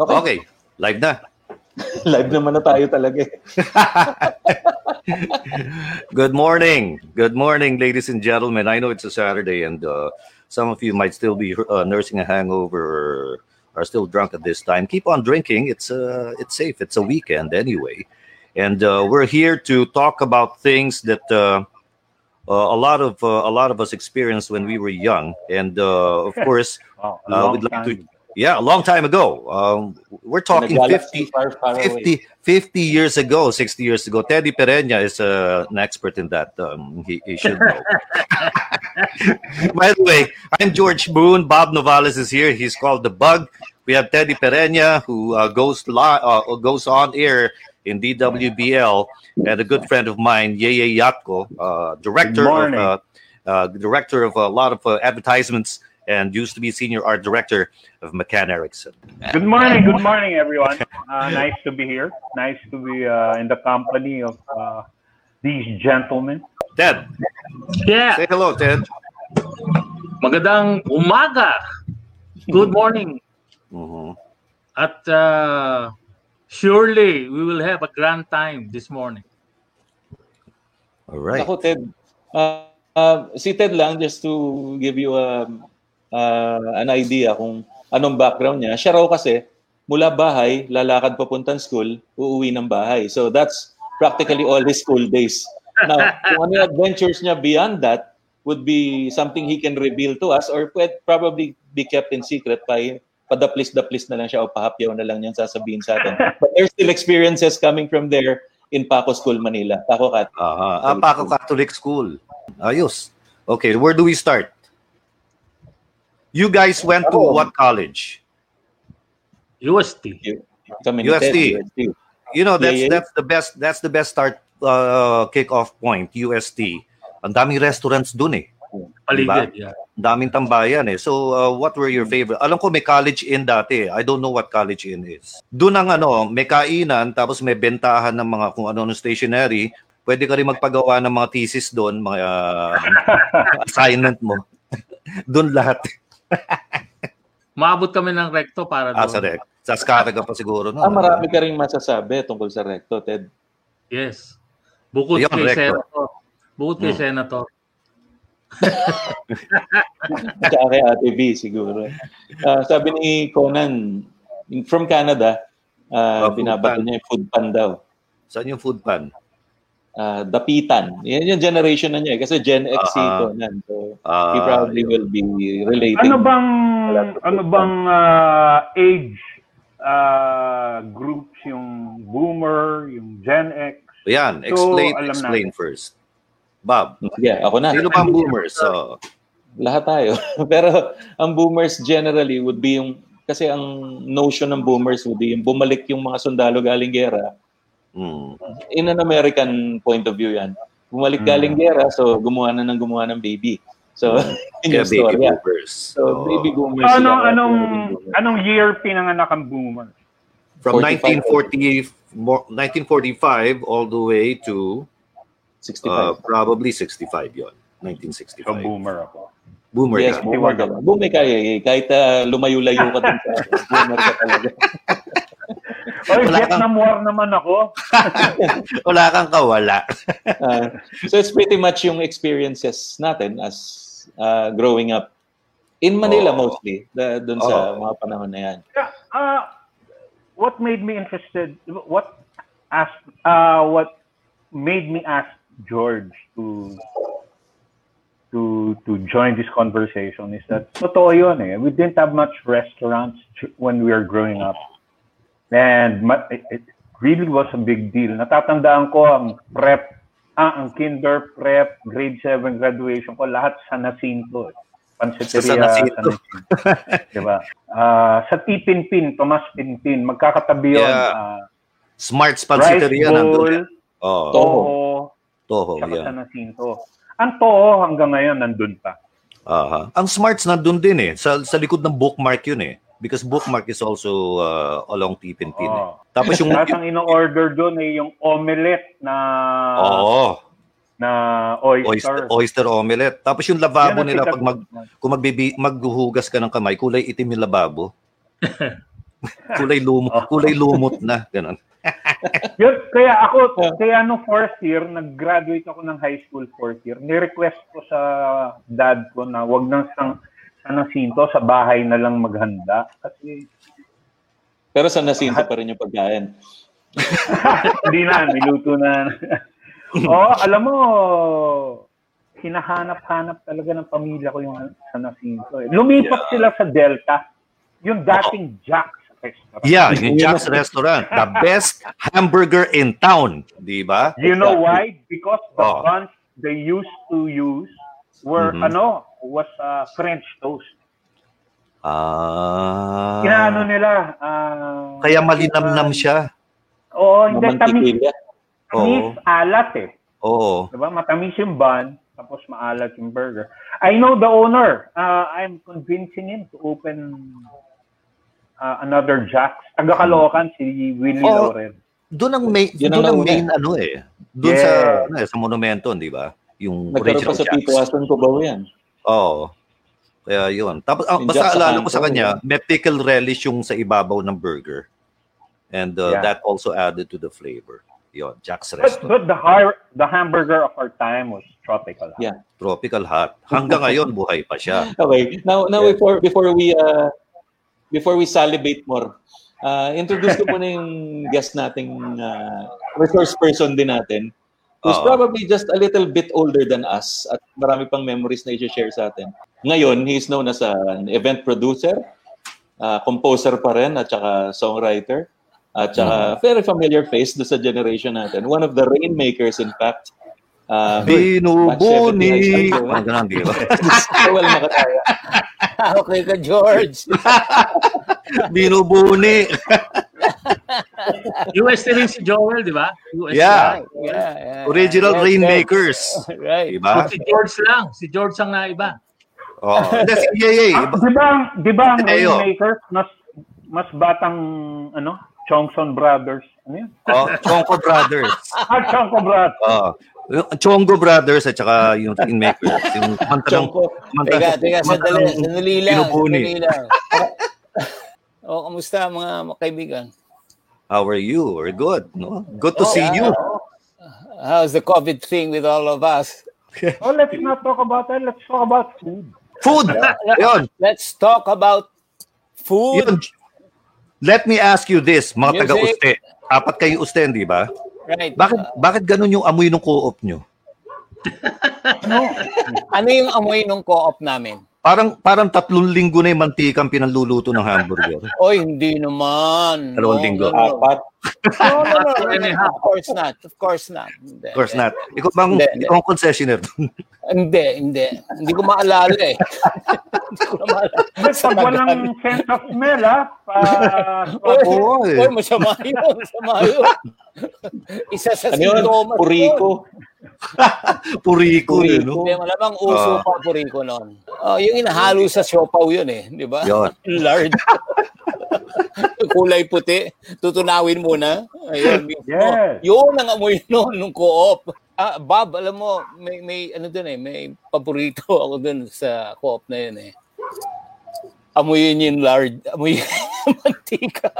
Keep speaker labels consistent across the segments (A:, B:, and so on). A: Okay.
B: Okay, live na.
A: Live naman na tayo talaga eh.
B: Good morning. Good morning, ladies and gentlemen. I know it's a Saturday, and uh, some of you might still be uh, nursing a hangover or are still drunk at this time. Keep on drinking. It's uh, it's safe. It's a weekend anyway. And uh, we're here to talk about things that uh, uh, a lot of uh, a lot of us experienced when we were young. And uh, of course,
C: Wow,
B: Uh,
C: Oh, a long
B: we'd like to-
C: time.
B: yeah, a long time ago. Um, we're talking
A: In a
B: 50,
A: galaxy far, far away.
B: 50, 50 years ago, 60 years ago. Teddy Pereña is uh, an expert in that. Um, he, he should know. By the way, I'm George Boone. Bob Novales is here. He's called The Bug. We have Teddy Pereña, who uh, goes, li- uh, goes on air in DWBL, and a good friend of mine, Yeye Yatko, uh, director of
C: Good morning.
B: uh, uh, director of a lot of uh, advertisements and used to be senior art director of McCann Erickson.
C: Good morning, good morning, everyone. Uh, nice to be here. Nice to be uh, in the company of uh, these gentlemen.
B: Ted,
D: Yeah,
B: say hello, Ted.
D: magandang umaga. Good morning.
B: Mhm.
D: At uh, surely we will have a grand time this morning.
B: All right.
A: Ako, Ted. Ah, ah, si Ted lang, just to give you um, ah, an idea kung anong background niya. Siya raw kasi, mula bahay, lalakad papuntang school, uuwi ng bahay. So that's practically all his school days. Now, kung ano yung adventures niya beyond that would be something he can reveal to us or pwede, probably be kept in secret by padaplis-daplis na lang siya o pahapyaw na lang niyang sasabihin sa atin. But there's still experiences coming from there in Paco School, Manila. Paco Cat.
B: Aha. Ah, Paco Catholic School. Ayos. Okay, where do we start? You guys went to
A: Ako.
B: what college? Diba?
D: UST.
A: Kami
B: UST.
A: ni Ted, UST.
B: You know, that's
A: Yeah, yeah.
B: that's the best that's the best start uh, kickoff point, UST. Ang daming restaurants dun eh.
D: Paligid. Yeah.
B: Ang daming tambayan eh. So, uh, what were your favorite? Alam ko may college inn dati. eh. I don't know what college inn is. Doon ang ano, may kainan, tapos may bentahan ng mga kung ano-ano stationery. Pwede ka rin magpagawa ng mga thesis doon, mga uh, assignment mo. doon lahat.
D: Maabot kami ng recto para
B: Ah, sa
D: doon.
B: rec. Sa Scara ka pa siguro. No?
A: Ano? Ah, marami ka rin masasabi tungkol sa recto, Ted.
D: Yes. Bukod
B: Ayun,
D: kay
B: recto.
D: Senator. Bukod kay
B: Hmm.
D: Senator.
A: At saka kay Ate V, siguro. Ah, sabi ni Conan, in- from Canada,
B: Ah,
A: ah,
B: food
A: binabato
B: pan.
A: niya yung food pan daw.
B: Saan yung food pan?
A: Ah, dapitan. Yan yung generation na niya. eh, Kasi Gen X si
B: Ah.
A: Conan. So, he
B: Ah,
A: probably will be relating.
C: Ano bang
A: Wala sa
C: ano bang ah, age ah, groups yung boomer, yung Gen X?
B: Yan,
C: So,
B: explain,
C: alam
B: explain first. Bob,
A: Sige, ako na.
B: sino ba ang boomers? So,
A: Lahat tayo. Pero ang boomers generally would be yung kasi ang notion ng boomers would be yung bumalik yung mga sundalo galing gera.
B: mm,
A: In an American point of view yan.
B: Hmm.
A: Bumalik galing gera, so gumawa na ng gumawa ng baby. So, yun yung
B: kaya
A: story.
B: baby
A: yeah.
B: boomers. Oh.
A: So, baby boomers.
C: Ano
A: sila.
C: anong
A: Baby
C: anong year pinanganak ang boomer?
B: from
A: 45.
B: 1940, mo- 1945 all the way to
A: boomers.
B: uh,
A: 65.
B: probably 65 yon
C: So
B: 1965
C: boomer ako.
B: boomer
A: yes,
B: ka.
A: boomer ka. Boomer ka eh. Kahit ah, lumayo-layo ka dun sa boomer ka talaga.
C: Oy,
B: Wala
C: Vietnam War naman ako.
B: wala kang kawala
A: Uh, so it's pretty much yung experiences natin as uh, growing up in Manila
B: Oo.
A: mostly da, doon sa
B: Oo.
A: mga panahon na yan.
C: Yeah, uh, what made me interested? What asked? Uh, what made me ask George to to to join this conversation is that totoo yun eh. We didn't have much restaurants ch- when we were growing up, and ma- it, it really was a big deal. Natatandaan ko ang prep, ah, ang kinder prep, grade 7 graduation ko, lahat sa Nasinto. Eh.
B: Sa San
C: Pansiteria,
B: Jacinto.
C: San Jacinto. Diba? Ah, sa Tipinpin, Tomas Pinpin, magkakatabi yun.
B: Yeah.
C: Ah,
B: smart
C: rice
B: pansiteria
C: bowl,
B: nandun oh
A: To-
C: toho,
B: toho
C: tsaka
B: yeah
C: San Jacinto. Ang toho hanggang ngayon nandun pa.
B: Aha. ang smarts nandun din eh sa, sa likod ng bookmark yun eh because bookmark is also uh, along tipin pin eh.
C: Oh.
B: tapos yung
C: Lahat ang ino-order doon ay yung omelette na
B: oh
C: uh, na
B: oyster,
C: oyster.
B: oyster omelette tapos yung lababo
C: Yan ang
B: nila
C: sikat
B: pag mag
C: doon.
B: kung magbibi, maghuhugas ka ng kamay kulay itim yung lababo kulay lumot, kulay lumot na, ganun.
C: Yun, kaya ako, kaya no fourth year, nag-graduate ako ng high school fourth year, nirequest ko sa dad ko na wag nang sang, sa nasinto, sa bahay na lang maghanda. Kasi
A: Pero sa
B: Ah.
A: nasinto pa rin yung pagkain.
C: hindi na, niluto na. Oo, alam mo, hinahanap-hanap talaga ng pamilya ko yung ano, sa nasinto. Eh. Lumipat sila sa Delta, yung dating Jack sa restaurant.
B: Yeah, yung Jack's Restaurant, the best hamburger in town, di ba?
C: You know why? Because the
B: Oh.
C: buns they used to use were
B: Mhm.
C: ano was uh, French toast.
B: Ah.
C: Inaano nila? ah,
B: Kaya malinamnam siya.
C: Oo, hindi tamis,
A: Mamantikila.
C: tamis alat eh.
B: Oo.
C: Diba? Matamis yung bun, tapos maalat yung burger. I know the owner. Uh, I'm convincing him to open uh, another Jack's. Taga Caloocan, si Willie
B: Oh.
C: Loren.
B: Doon ang main,
A: Yun ang
B: doon ang
A: nauna.
B: main ano eh. Doon sa
C: Yeah.
B: ano eh, sa monumento, di ba? Yung
A: Nagkaroon
B: original
A: pa sa
B: Jack's.
A: Tito Aston Cubao yan.
B: Oo. Kaya yun. Tapos, ang
A: Yung
B: basta
A: Jack sa
B: alala ko sa
A: kanto,
B: kanya, may pickle relish yung sa ibabaw ng burger. And uh,
C: Yeah.
B: that also added to the flavor. Yun, Jack's
C: But,
B: Restaurant.
C: but the har- the hamburger of our time was tropical.
A: Yeah.
B: Tropical Hot. Hanggang ngayon, buhay pa siya.
A: Okay. Now, now
B: Yeah.
A: before before we uh, before we salivate more, uh, introduce ko muna yung guest nating uh, resource person din natin who's
B: Oo.
A: probably just a little bit older than us at marami pang memories na i-share sa atin. Ngayon, he's known as uh, an event producer, uh, composer pa rin at saka songwriter at saka
B: Mm-hmm.
A: very familiar face do sa generation natin. One of the rainmakers in fact. Uh, 70 high
B: Binubuni!
A: school.
B: Ang ganun, di ba?
A: well, makataya.
E: okay ka, George.
B: Binubuni!
D: US na rin si Joel, di ba? US
B: Yeah.
E: Right, yeah, yeah,
B: Original
E: yeah.
B: Rainmakers. Di
E: Right.
D: lang.
B: ba?
D: Si George lang. Si George ang naiba.
B: Oo. Hindi, si Yeye.
C: Ah,
B: Iba-
C: di ba, ang- di ba ang
B: Ayo.
C: Rainmaker, mas, mas batang, ano, Chongson Brothers? Ano yun?
B: Oh, Chonko Brothers.
C: Ah, Chongson Brothers.
B: Oh. Chongo Brothers at saka yung Rainmakers. Yung kanta ng...
A: Chonko.
B: kanta-
E: Teka, teka,
B: kanta
E: sandali,
B: ng
E: sandali lang,
B: Binubuni.
E: sandali lang. O, kamusta mga kaibigan?
B: How are you? We're good. No? Good to
E: Oh,
B: see
E: yeah.
B: you.
E: How's the COVID thing with all of us?
C: Oh, let's not talk about that. Let's talk about food.
B: Food. Yun.
E: Let's talk about food.
B: Yun. Let me ask you this, mga
E: Music.
B: taga-uste. Apat kayo uste, di ba?
E: Right. Uh,
B: Bakit bakit ganun yung amoy ng co-op nyo?
E: Ano yung amoy nung co-op namin?
B: Parang parang tatlong linggo na yung mantika ang pinaluluto ng hamburger.
E: Oy, hindi naman.
B: Dalawang linggo.
E: No, no,
A: Apat.
E: no, no, no, no,
D: Ano
E: no,
D: yun?
E: Of course not. Of course not. Hindi.
B: Of course not. Ikaw bang
E: Hindi, hindi.
B: ikaw ang concessionaire?
E: Hindi, hindi. Hindi ko maalala eh. hindi ko na maalala.
C: Yes, pag walang sense of smell, ha? Pa,
E: Oy,
B: Oo, eh.
E: oy, masama yun. Masama yun. Isa sa
A: Ano yun?
E: sintomas
A: Puriko.
B: Puriko,
A: Puriko.
B: eh, no?
E: Hindi, malamang uso
B: Ah.
E: pa puriko noon. Oh, yung inahalo sa siopaw yun eh, di ba?
B: Yun.
E: Lard. Kulay puti. Tutunawin muna. Ayun, mismo.
C: Yes.
E: Yun ang amoy noon nung co-op. Ah, Bob, alam mo, may, may ano dun eh, may paborito ako dun sa co-op na yun eh. Amoyin yung lard. Amoyin yung mantika.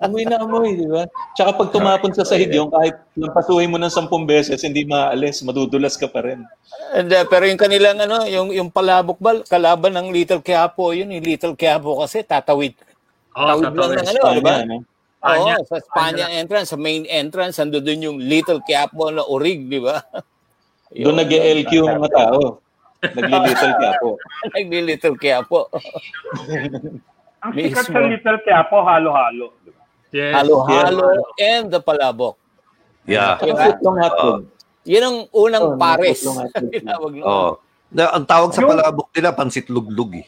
A: Amoy na amoy, di ba? Tsaka pag tumapon sa sahig yung kahit lampasuhin mo ng sampung beses, hindi maalis, madudulas ka pa rin.
E: And, uh, pero yung kanilang ano, yung yung palabok ba, kalaban ng Little Quiapo, yun, yung Little Quiapo kasi tatawid.
D: Oh,
E: Tawid lang ng ano,
A: Paano
E: di ba?
A: yan, eh?
D: Spanya.
E: Oo, sa Spanya entrance, sa main entrance, ando dun yung Little Quiapo na orig, di ba?
A: Doon nag-LQ ang mga tao. Naglilittle ka po.
E: Nagli-Little Quiapo.
C: ang
E: May
C: sikat sa
E: smell.
C: Little Quiapo, halo-halo.
D: Yes.
E: Halo-halo and the palabok.
B: Yeah.
A: Ang putlong hotdog.
E: Yan ang
A: Oo,
E: unang pares.
A: yung tatlong hotdog.
E: Tinawag noon.
B: Oh. Na, ang tawag sa
C: Yung-
B: palabok nila pansit luglug eh.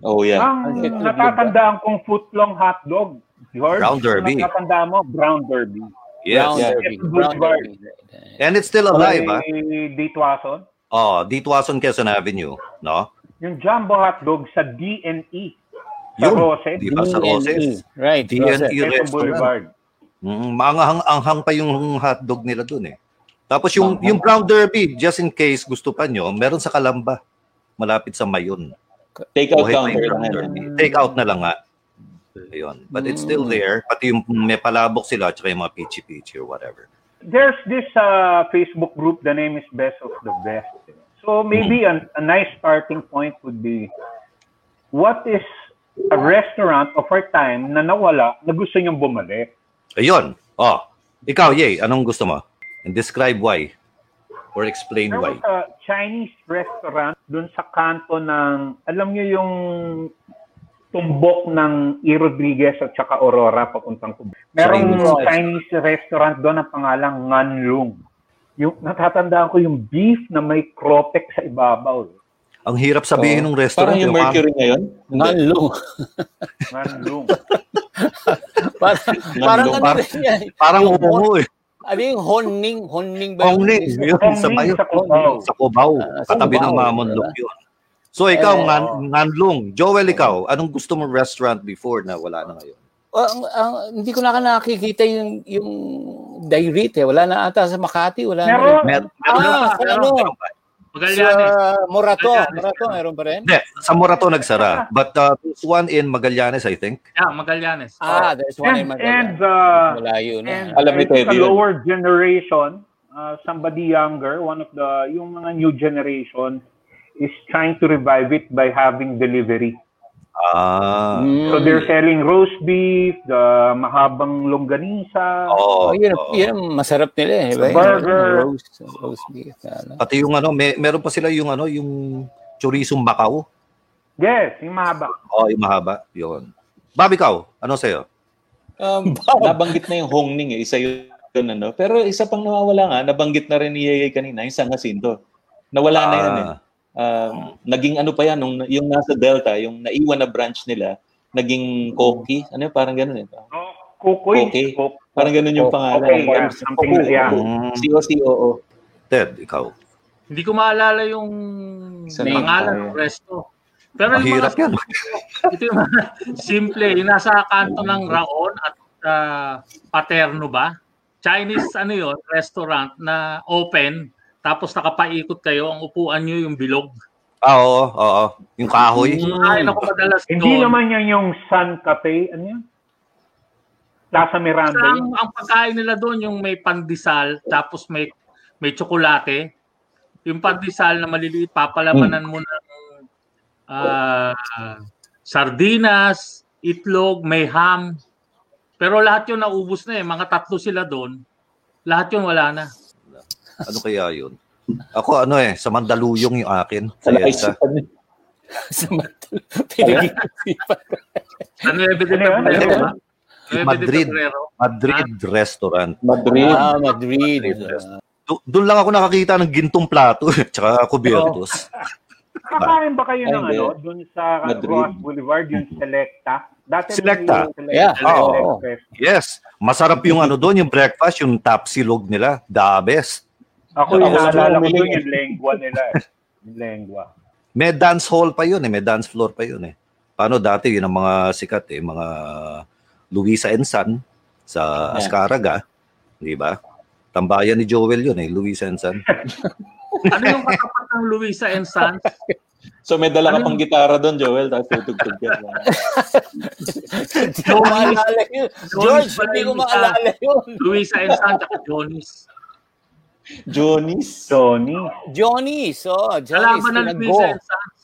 A: Oh, yeah.
C: Ang natatandaan kong footlong hotdog, George,
B: Brown Derby.
C: natatandaan mo, Brown Derby.
E: Brown
B: Yes.
C: Yes,
E: Derby. Brown
C: Boulevard.
E: Derby.
B: And it's still alive, ah.
C: May Dituason.
B: Oh, dito Wason Quezon Avenue, no?
C: Yung jumbo hotdog sa D&E. Sa
B: Yun.
C: Roses.
B: Di ba sa
E: DNE.
B: Roses?
E: Right. Roses.
B: DNE
C: Quezon
B: Restaurant.
C: Boulevard.
B: Mm, maanghang-anghang pa yung hotdog nila dun eh. Tapos yung
A: Maanghang.
B: yung brown derby, just in case gusto pa nyo, meron sa Kalamba, malapit sa Mayon.
A: Take out
B: Buhay pa yung
A: counter.
B: brown derby. Take out na lang nga. Ayun. But it's still
A: Hmm.
B: there. Pati yung may palabok sila, tsaka yung mga pichi-pichi or whatever.
C: There's this uh, Facebook group, the name is Best of the Best. So maybe an, a nice starting point would be, what is a restaurant of our time na nawala na gusto niyong bumalik?
B: Ayun. Oh. Ikaw, Yay, anong gusto mo? And describe why. Or explain
C: There
B: why.
C: was a Chinese restaurant dun sa kanto ng, alam niyo yung tumbok ng E. Rodriguez at saka Aurora papuntang Cebu. Merong
B: Chinese
C: Chinese restaurant doon na pangalang Nganlong. Yung natatandaan ko yung beef na may krotek sa ibabaw. eh.
B: Ang hirap sabihin ng
A: Oh,
B: restaurant.
A: Parang
B: eh,
A: yung
B: ma'am.
A: Mercury ngayon.
E: Nanlong.
C: Nganlong.
E: parang, parang
A: Nanlong.
E: ano din yan.
B: Parang umo eh.
E: Ano yung honing? Honing ba yun?
B: Hongning. Yun,
C: Hongning
B: sa bayo.
C: sa Cubao.
B: Sa Cubao.
E: Ah, sa
B: Katabi ng
E: Cubao,
B: Mamonlok
E: diba?
B: yun. So ikaw,
E: Eh,
B: Ngan- Nganlong. Joel, ikaw, anong gusto mong restaurant before na wala na ngayon?
E: Oh, ang, ang, hindi ko na ka nakikita yung yung direct eh. Wala na ata sa Makati, wala
C: Meron.
E: na.
B: Mer- meron na.
E: Ah, sa ano?
B: Meron pa.
D: Magallanes.
E: Sa Morato,
D: Magallanes.
E: Morato meron pa rin.
B: Hindi, sa Morato nagsara. But uh, this one in Magallanes, I think.
D: Yeah, Magallanes.
E: Ah, there's one in
C: And, and,
E: Magallanes.
C: uh,
E: Malayo na.
C: and
A: Alam ni
C: it's
A: Teddy yun.
C: the lower generation, uh, somebody younger, one of the, yung mga new generation is trying to revive it by having delivery.
B: Ah.
E: Mm.
C: So they're selling roast beef, the mahabang longganisa.
B: Oo.
E: Oh, yun,
B: oo.
E: yun ang masarap nila eh. Ba?
C: Burger.
E: Yung Roast, roast beef. Ano.
B: Pati yung ano, may, meron pa sila yung ano, yung chorizo Macau.
C: Yes, yung mahaba.
B: Oo, yung mahaba. Yun. Bob, ikaw, ano sa'yo?
A: Um, nabanggit na yung Hongning, eh. isa yun, yun, ano. Pero isa pang nawawala nga, nabanggit na rin ni Yayay kanina, yung San Jacinto. Nawala
E: Ano
A: na yan eh.
B: Ah.
A: Um, naging ano pa yan, nung, yung nasa Delta, yung naiwan na branch nila, naging Koki, ano yun, parang ganun eh.
C: No, kukoy.
A: Okay.
C: Kuk-
A: Parang ganun yung
C: Kuk-
A: pangalan.
C: Okay, yeah, something like yeah.
E: Hmm.
B: Mm.
A: C-O-C-O-O.
B: Ted, ikaw.
D: Hindi ko maalala yung
A: Sa
D: pangalan
A: name.
D: ng resto. Pero Ano yung
B: Mahirap
D: mga-
B: yan.
D: Ito yung mga simple. Yung nasa kanto ng Raon at ah, Paterno ba? Chinese ano yun, restaurant na open. Tapos nakapaikot kayo. Ang upuan nyo yung bilog.
B: Ah, oo, oo. Yung kahoy.
D: Kumain ako madalas
C: Mm. Hindi
D: doon.
C: naman yan yung Sun Cafe. Ano yan? Plaza Miranda.
D: Basta ang,
C: yun.
D: ang pagkain nila doon yung may pandesal tapos may may tsokolate. Yung pandesal na maliliit papalamanan mo ng ah, sardinas, itlog, may ham. Pero lahat 'yun naubos na eh, mga tatlo sila doon. Lahat 'yun wala na.
B: Ano kaya yun? Ako ano eh, sa Mandaluyong yung akin. Sa Edsa.
E: Sa Ah, Matul- Pinag-iisipan.
D: Sa 9 de
C: Ano yun?
D: Febrero.
B: Ano
D: ba? 9 de
B: Madrid.
D: Febrero.
B: Madrid Restaurant.
A: Madrid.
E: ah, Madrid. Ah.
B: Do- doon lang ako nakakita ng gintong plato eh, tsaka kubertos.
C: Kakain ba kayo ng
A: Ay,
C: ano? Dun sa
A: Madrid.
C: Ross Boulevard, yung Selecta. Dati
B: Selecta.
C: may Selecta.
E: Yeah, oo.
C: Selecta.
B: Yes, masarap yung ano doon, yung breakfast, yung tapsilog nila. The best.
C: Ako
A: Ako
C: yung
A: sa
C: naalala ko
A: Manila.
C: dun yung lengua nila. eh. Yung lengua.
B: May dance hall pa yun eh, may dance floor pa yun eh. Paano dati yun ang mga sikat eh, mga Luisa and Son sa
A: Yeah.
B: Ascaraga, di ba? Tambayan ni Joel yun eh, Luisa and Son.
D: Ano yung katapat ng Luisa and Sons?
A: So may dala ka
D: Ano?
A: pang gitara doon, Joel, tapos tutugtog ka.
E: Hindi ko maalala yun. George, hindi ko maalala yun.
D: Luisa and Sons at Johnny's.
A: Jonis.
C: Tony.
E: Johnny, so, Johnny,
D: Kalaban ng
E: kinago.
D: Luisa and Sons.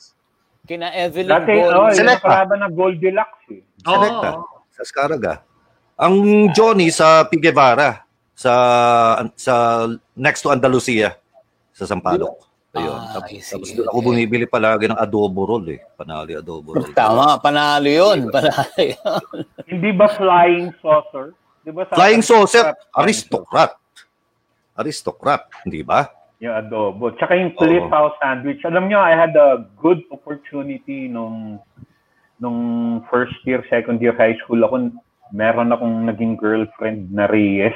E: Kina Evelyn
C: Dati, oh,
E: Gold.
C: yung
B: Selecta.
C: kalaban ng Goldilocks. Eh.
B: Selecta.
D: Oo.
B: sa Ascaraga. Ang Johnny sa P. Guevara, sa, sa next to Andalusia, sa Sampaloc. Ayun.
E: Ah,
B: tapos,
E: I see.
B: tapos doon ako bumibili palagi ng adobo roll eh. Panali adobo roll.
E: Tama, panalo yun. Panalo yun.
C: Hindi ba flying saucer? Di ba sa
B: Flying saucer,
C: aristo.
B: aristocrat. Aristocrat, di ba?
C: Yung adobo. Tsaka yung cliff
B: Oo.
C: house sandwich. Alam nyo, I had a good opportunity nung nung first year, second year high school ako, meron akong naging girlfriend na Reyes.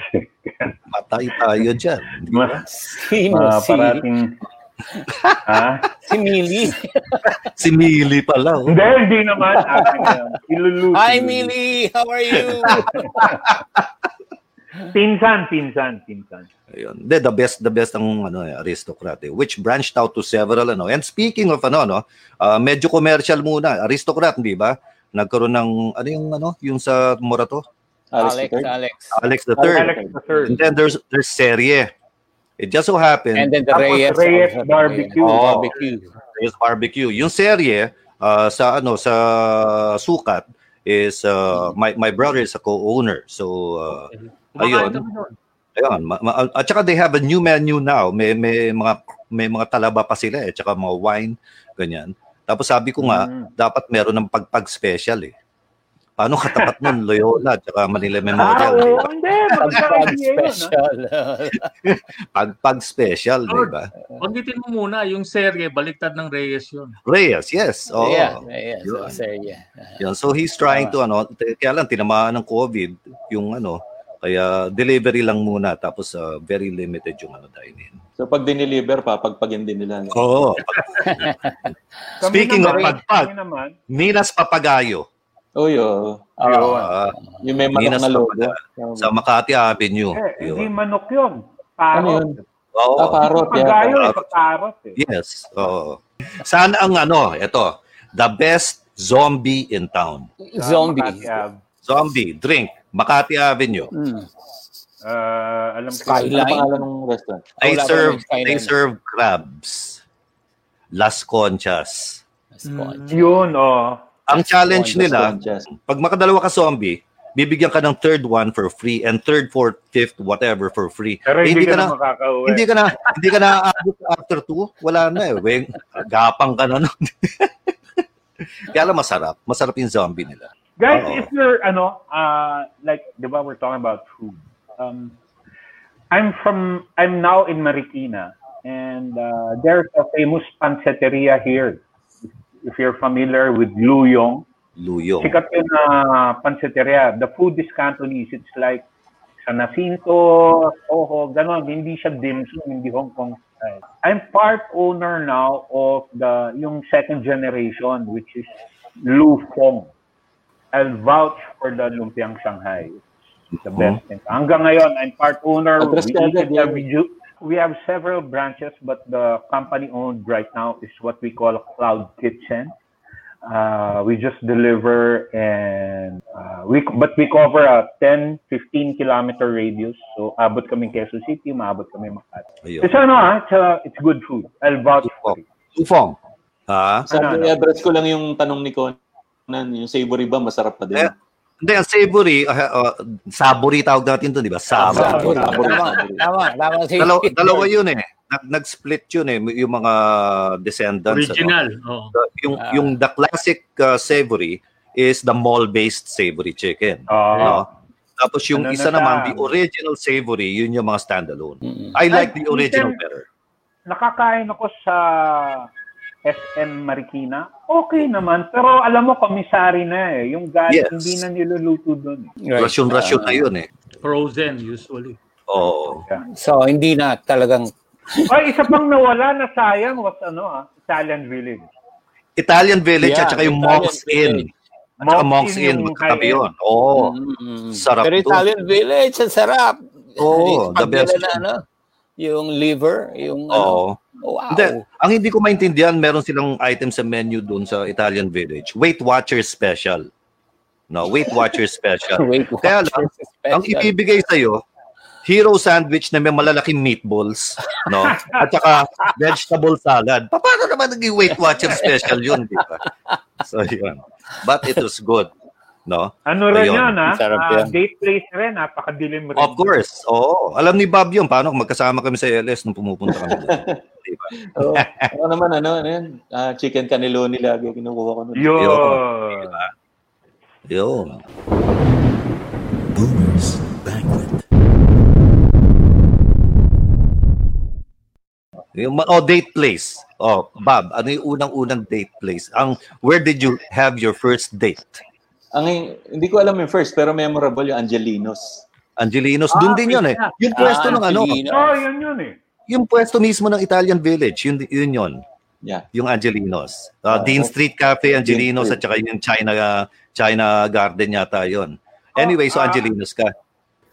B: Matay tayo dyan. di ba?
C: Mas
E: Sino?
C: uh,
E: si,
C: parating... Ah? ha?
E: si Mili.
B: Si Mili pala. Oh.
C: Hindi, hindi naman. Akin yun. Iluluto.
E: Hi, Mili. How are you?
C: Pinsan, pinsan, pinsan.
B: Ayun. Hindi, the best, the best ang ano, eh, aristocrat eh, which branched out to several ano. And speaking of ano, no, ah, medyo commercial muna, aristocrat, di ba? nagkaroon ng ano yung ano yung sa Morato
A: Alex,
E: Alex, ah.
A: Duterte.
E: Alex.
B: Alex the Third
C: Alex the third.
B: and then there's there's Serie it just so happened
E: And then the
C: Tapos
E: Reyes.
C: Reyes barbecue.
E: Oh,
B: Oo.
E: barbecue.
B: is barbecue. Yung serye ah, sa ano sa sukat is ah, my my brother is a co-owner. So ah,
D: Kumakain
B: Ayun.
D: kami doon.
B: ayun ma- ma- at saka they have a new menu now. May may mga may mga talaba pa sila eh, tsaka mga wine ganyan. Tapos sabi ko nga
C: Mm.
B: dapat meron ng pagpag special eh. Paano katapat nun Loyola tsaka Manila
C: Ah,
B: Memorial, di
C: oo,
B: ba?
C: hindi.
E: Pag
C: Magkakaroon yun. ah.
E: special.
B: Pagpag special, di ba?
D: Banggitin mo muna yung serye, baliktad ng Reyes yun.
B: Reyes, yes. Oh.
E: yeah, yeah, so,
B: Yun.
E: so, yeah.
B: Yan. So he's trying to ano, t- kaya lang tinamaan ng COVID yung ano, kaya delivery lang muna tapos uh, very limited yung ano dine-in.
A: So pag dineliver pa, pagpagin din nila. no?
B: Oo.
C: Kami
B: Speaking of
C: naman,
B: pagpag.
C: kami naman,
B: Minas Papagayo.
A: Uy, oh,
E: Oh,
B: Ah,
A: yung may manok
B: Minas
A: na logo.
B: Pampanga. sa Makati Avenue.
C: eh, hindi
B: Oh, Yun.
C: manok yun.
A: Ano
C: Parot.
A: yun?
B: Oo.
A: Ah, parot.
C: Pagayo,
A: Yeah.
C: eh, parot eh.
B: Yes. Oo. Saan ang ano, ito, the best zombie in town.
E: zombie.
C: Makati,
B: Zombie, drink, Makati Avenue.
E: Mm.
C: ah, alam ko.
E: Skyline.
A: Ano pangalan ng restaurant?
B: They
E: Wala pa
B: serve,
E: yung Thailand.
B: they serve crabs. Las Conchas.
E: That's fine.
B: Mm.
C: Yun, oh.
B: Ang challenge nila,
A: Conchas.
B: pag makadalawa ka zombie, bibigyan ka ng third one for free and third, fourth, fifth, whatever for free.
C: Pero
B: Eh,
C: hindi, ka, na, makakauwi.
B: hindi ka na hindi ka na aabot after two, wala na eh. Weng, gapang ka na nun. Kaya lang masarap. Masarap yung zombie nila.
C: Guys,
B: Oo.
C: if you're, ano, uh, like, di ba we're talking about food. Um, I'm from, I'm now in Marikina. And uh, there's a famous panseteria here. If you're familiar with Luyong,
B: Luyong.
C: sikat yun na panseteria. The food is Cantonese. It's like San Jacinto, Soho, ganon. Hindi siya dim sum, hindi Hong Kong style. I'm part owner now of the yung second generation, which is Lu Fong. I'll vouch for the Lumpiang Shanghai. It's the best. thing. Hanggang ngayon, I'm part owner.
A: Address
C: We
A: ka
C: eat
A: agad,
C: it
A: yeah.
C: every ju- We have several branches, but the company owned right now is what we call a cloud kitchen. Uh, we just deliver and uh, we but we cover a 10 15 kilometer radius so abot kami Quezon City maabot kami Makati
B: Ayun.
C: it's ano ah it's, uh, it's good food I'll vouch for it
B: Lufong. Ha?
A: Sabi,
C: Ano, ano?
A: address ko lang yung tanong ni Conan, yung savory ba, masarap pa din?
B: Eh, Hindi, ang savory, uh, uh, savory tawag natin doon, di ba? Savory.
A: Savory.
E: Tama, tama, tama.
B: Dalawa, dalawa yun eh. Nag- Nag-split yun eh, yung mga descendants. ano.
D: Original. Oh.
B: The- yung
E: Ah.
B: yung the classic uh, savory is the mall-based savory chicken.
C: Ah.
B: No? Tapos yung
C: Ano na
B: isa
C: siya?
B: naman, the original savory, yun yung mga standalone.
E: Mm.
B: I like
C: Ay,
B: the original
C: minsan-
B: better.
C: nakakain ako sa SM Marikina okay naman pero alam mo komisari na eh yung galit
B: Yes.
C: hindi na niluluto doon eh.
E: Right.
B: Rasyon-rasyon na yun eh.
D: Frozen usually.
B: Oo.
E: Uh, So, hindi na talagang
C: Ay, isa pang nawala na sayang was ano ah Italian Village
B: Italian Village
E: Yeah,
B: at saka yung
E: Italian
B: Monk's Inn. At saka Monk's
C: Monk's Inn
B: Inn,
C: yung Mm-hmm.
B: magkatabi
C: high-end.
B: yun. Oo.
E: Mm.
B: Oh, Sarap
E: Pero
B: dun.
E: Italian Village, ang sarap.
B: Oo,
E: Yung
B: the best.
E: pagdala Na, ano, yung liver, yung
B: Oo.
E: ano. Wow.
B: Hindi, ang hindi ko maintindihan, meron silang item sa menu doon sa Italian Village. Weight Watchers Special. No, Weight Watchers Special.
E: Wait,
B: Kaya
E: what?
B: lang,
E: Special.
B: Ang ibibigay sa'yo, hero sandwich na may malalaking meatballs, no? At saka vegetable salad. Pa- Paano naman naging Weight Watcher special yun, di ba? So, yun. But it was good, no?
C: ano
B: Ayun,
C: rin yun ah
E: sarap
C: Ah,
E: yan.
C: date place rin napakadilim rin
B: Of course, oo. Alam ni Bob yun, paano kung magkasama kami sa LS nung pumupunta kami doon. Di ba?
A: Oo. Ako naman, ano, ano yan? Ah, chicken cannelloni lagi kinukuha ko nun.
C: Yun.
B: Yun. Yun.
F: Boomers Banquet.
B: Yung, ma- oh, date place. Oh, Bob, ano yung unang-unang date place? Ang where did you have your first date?
A: Ang, hindi ko alam yung first, pero memorable yung Angelinos.
B: Angelinos,
D: Ah,
B: doon din yun eh.
D: yeah.
B: Yung pwesto
E: Ah,
B: ng ano,
E: Filipino.
C: Oh, yun yun eh.
B: yung pwesto mismo ng Italian Village, yun yun yun,
A: Yeah.
B: yung Angelinos.
A: Ah,
B: Uh, Dean
A: okay.
B: Street Cafe, Angelinos
A: Dean
B: at saka yung China China Garden yata yun. Anyway, so
C: ah.
B: Angelinos ka.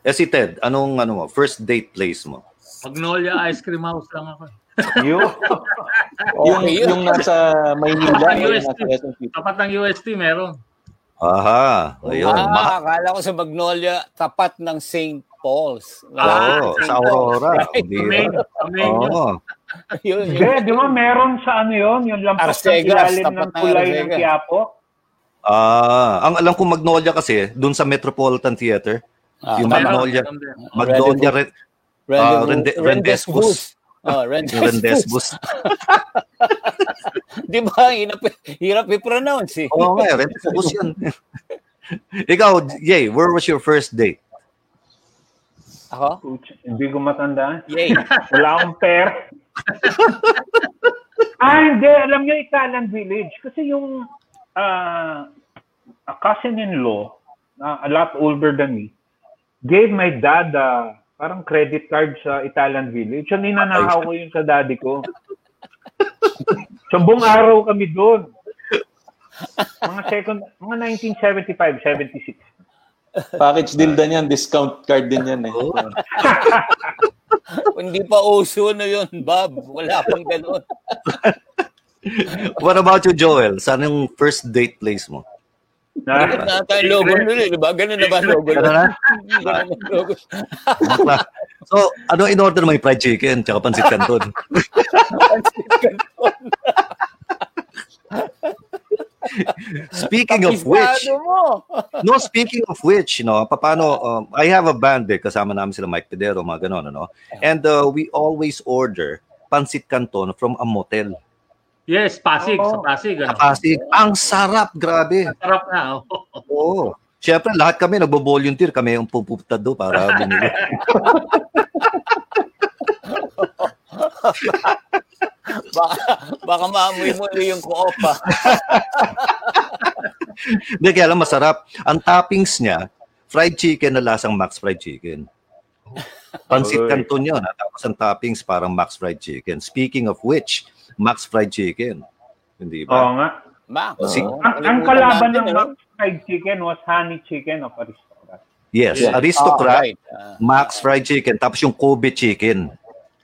B: Eh si Ted, anong ano mo, first date place mo?
D: Magnolia Ice Cream House lang ako.
C: Yun.
E: Okay,
A: yung,
E: yun.
A: yung nasa Maynila,
D: Yung
A: yung
D: UST.
A: nasa Quezon City.
D: Tapat ng UST meron.
B: Aha, ayun.
E: ah,
B: Ma-
E: akala ko sa Magnolia, tapat ng St. Paul's.
D: Ah,
B: Oo,
D: sa
B: sa Aurora. Ang
D: Amen.
B: bira.
D: Amen.
B: Oo.
E: yun,
C: Hindi,
E: yun.
C: di ba meron sa ano yun? Yung lampas ng
E: Arcegas,
C: ilalim
E: tapat
C: ng
E: ng
C: kulay ng
E: Arcegas.
C: Quiapo.
B: Ah, ang alam ko Magnolia kasi doon sa Metropolitan Theater,
E: Ah,
B: yung
E: tama.
D: Meron,
B: Magnolia.
D: meron din.
B: Magnolia Ren- ah,
E: Rendezvous-
B: Rende- Rendezvous.
E: Oh,
B: yung
E: Rendezvous.
B: Rendezvous.
E: Di ba? Hirap, hirap i-pronounce eh.
B: Oo nga, eh, Rendezvous yan. Ikaw, Jay, where was your first date?
E: Ako?
C: Putz, Hindi ko matandaan.
E: Yay.
C: Wala akong pera. ah, hindi. Alam niyo, Ikalan Village. Kasi yung ah, a cousin-in-law, na a lot older than me, gave my dad ah, parang credit card sa Italian Village. So, ninanakaw ko yun sa daddy ko. So, buong araw kami doon. Mga second, mga 1975, 76.
A: Package deal din yan, discount card din yan eh.
E: Hindi pa uso na yun, Bob. Wala pang ganun.
B: What about you, Joel? Saan yung first date place mo?
E: Ganun na ata yung logo nun eh, di ba? Ganun na ba ang logo nun?
B: Ano na?
E: Ganun na ang logo.
B: Bakla. So, ano in order mo yung fried chicken tsaka pansit canton? Speaking of which,
E: Isado mo.
B: no, speaking of which, you know, paano, um, I have a band eh, kasama namin sila Mike Pedero, mga ganon, ano? And uh, we always order pansit canton from a motel.
D: Yes, Pasig. Sa
C: Oo.
D: Pasig.
B: Sa
D: Ano?
B: Pasig. Ang sarap, grabe.
D: Sarap na. oh.
B: Oo. Siyempre, lahat kami nagbo-volunteer. Kami yung pupunta doon para bumili.
E: Baka, baka maamoy mo ulit yung co-op ah. ha.
B: Hindi, kaya lang masarap. Ang toppings niya, fried chicken na lasang Max Fried Chicken. Pansit
C: Oy.
B: canton yun. At tapos ang toppings parang Max Fried Chicken. Speaking of which, Max Fried Chicken. Hindi
C: Oo
B: ba?
C: nga.
E: Max.
B: Kasi-
E: oh,
C: Ang, ang
E: kalimutan
C: kalaban
E: natin,
C: ng
E: ano?
C: Max Fried Chicken was Honey Chicken of Aristocrat.
B: Yes,
A: Yeah.
E: Ah,
B: aristocrat,
E: right. Ah.
B: Max Fried Chicken, tapos yung Kobe Chicken.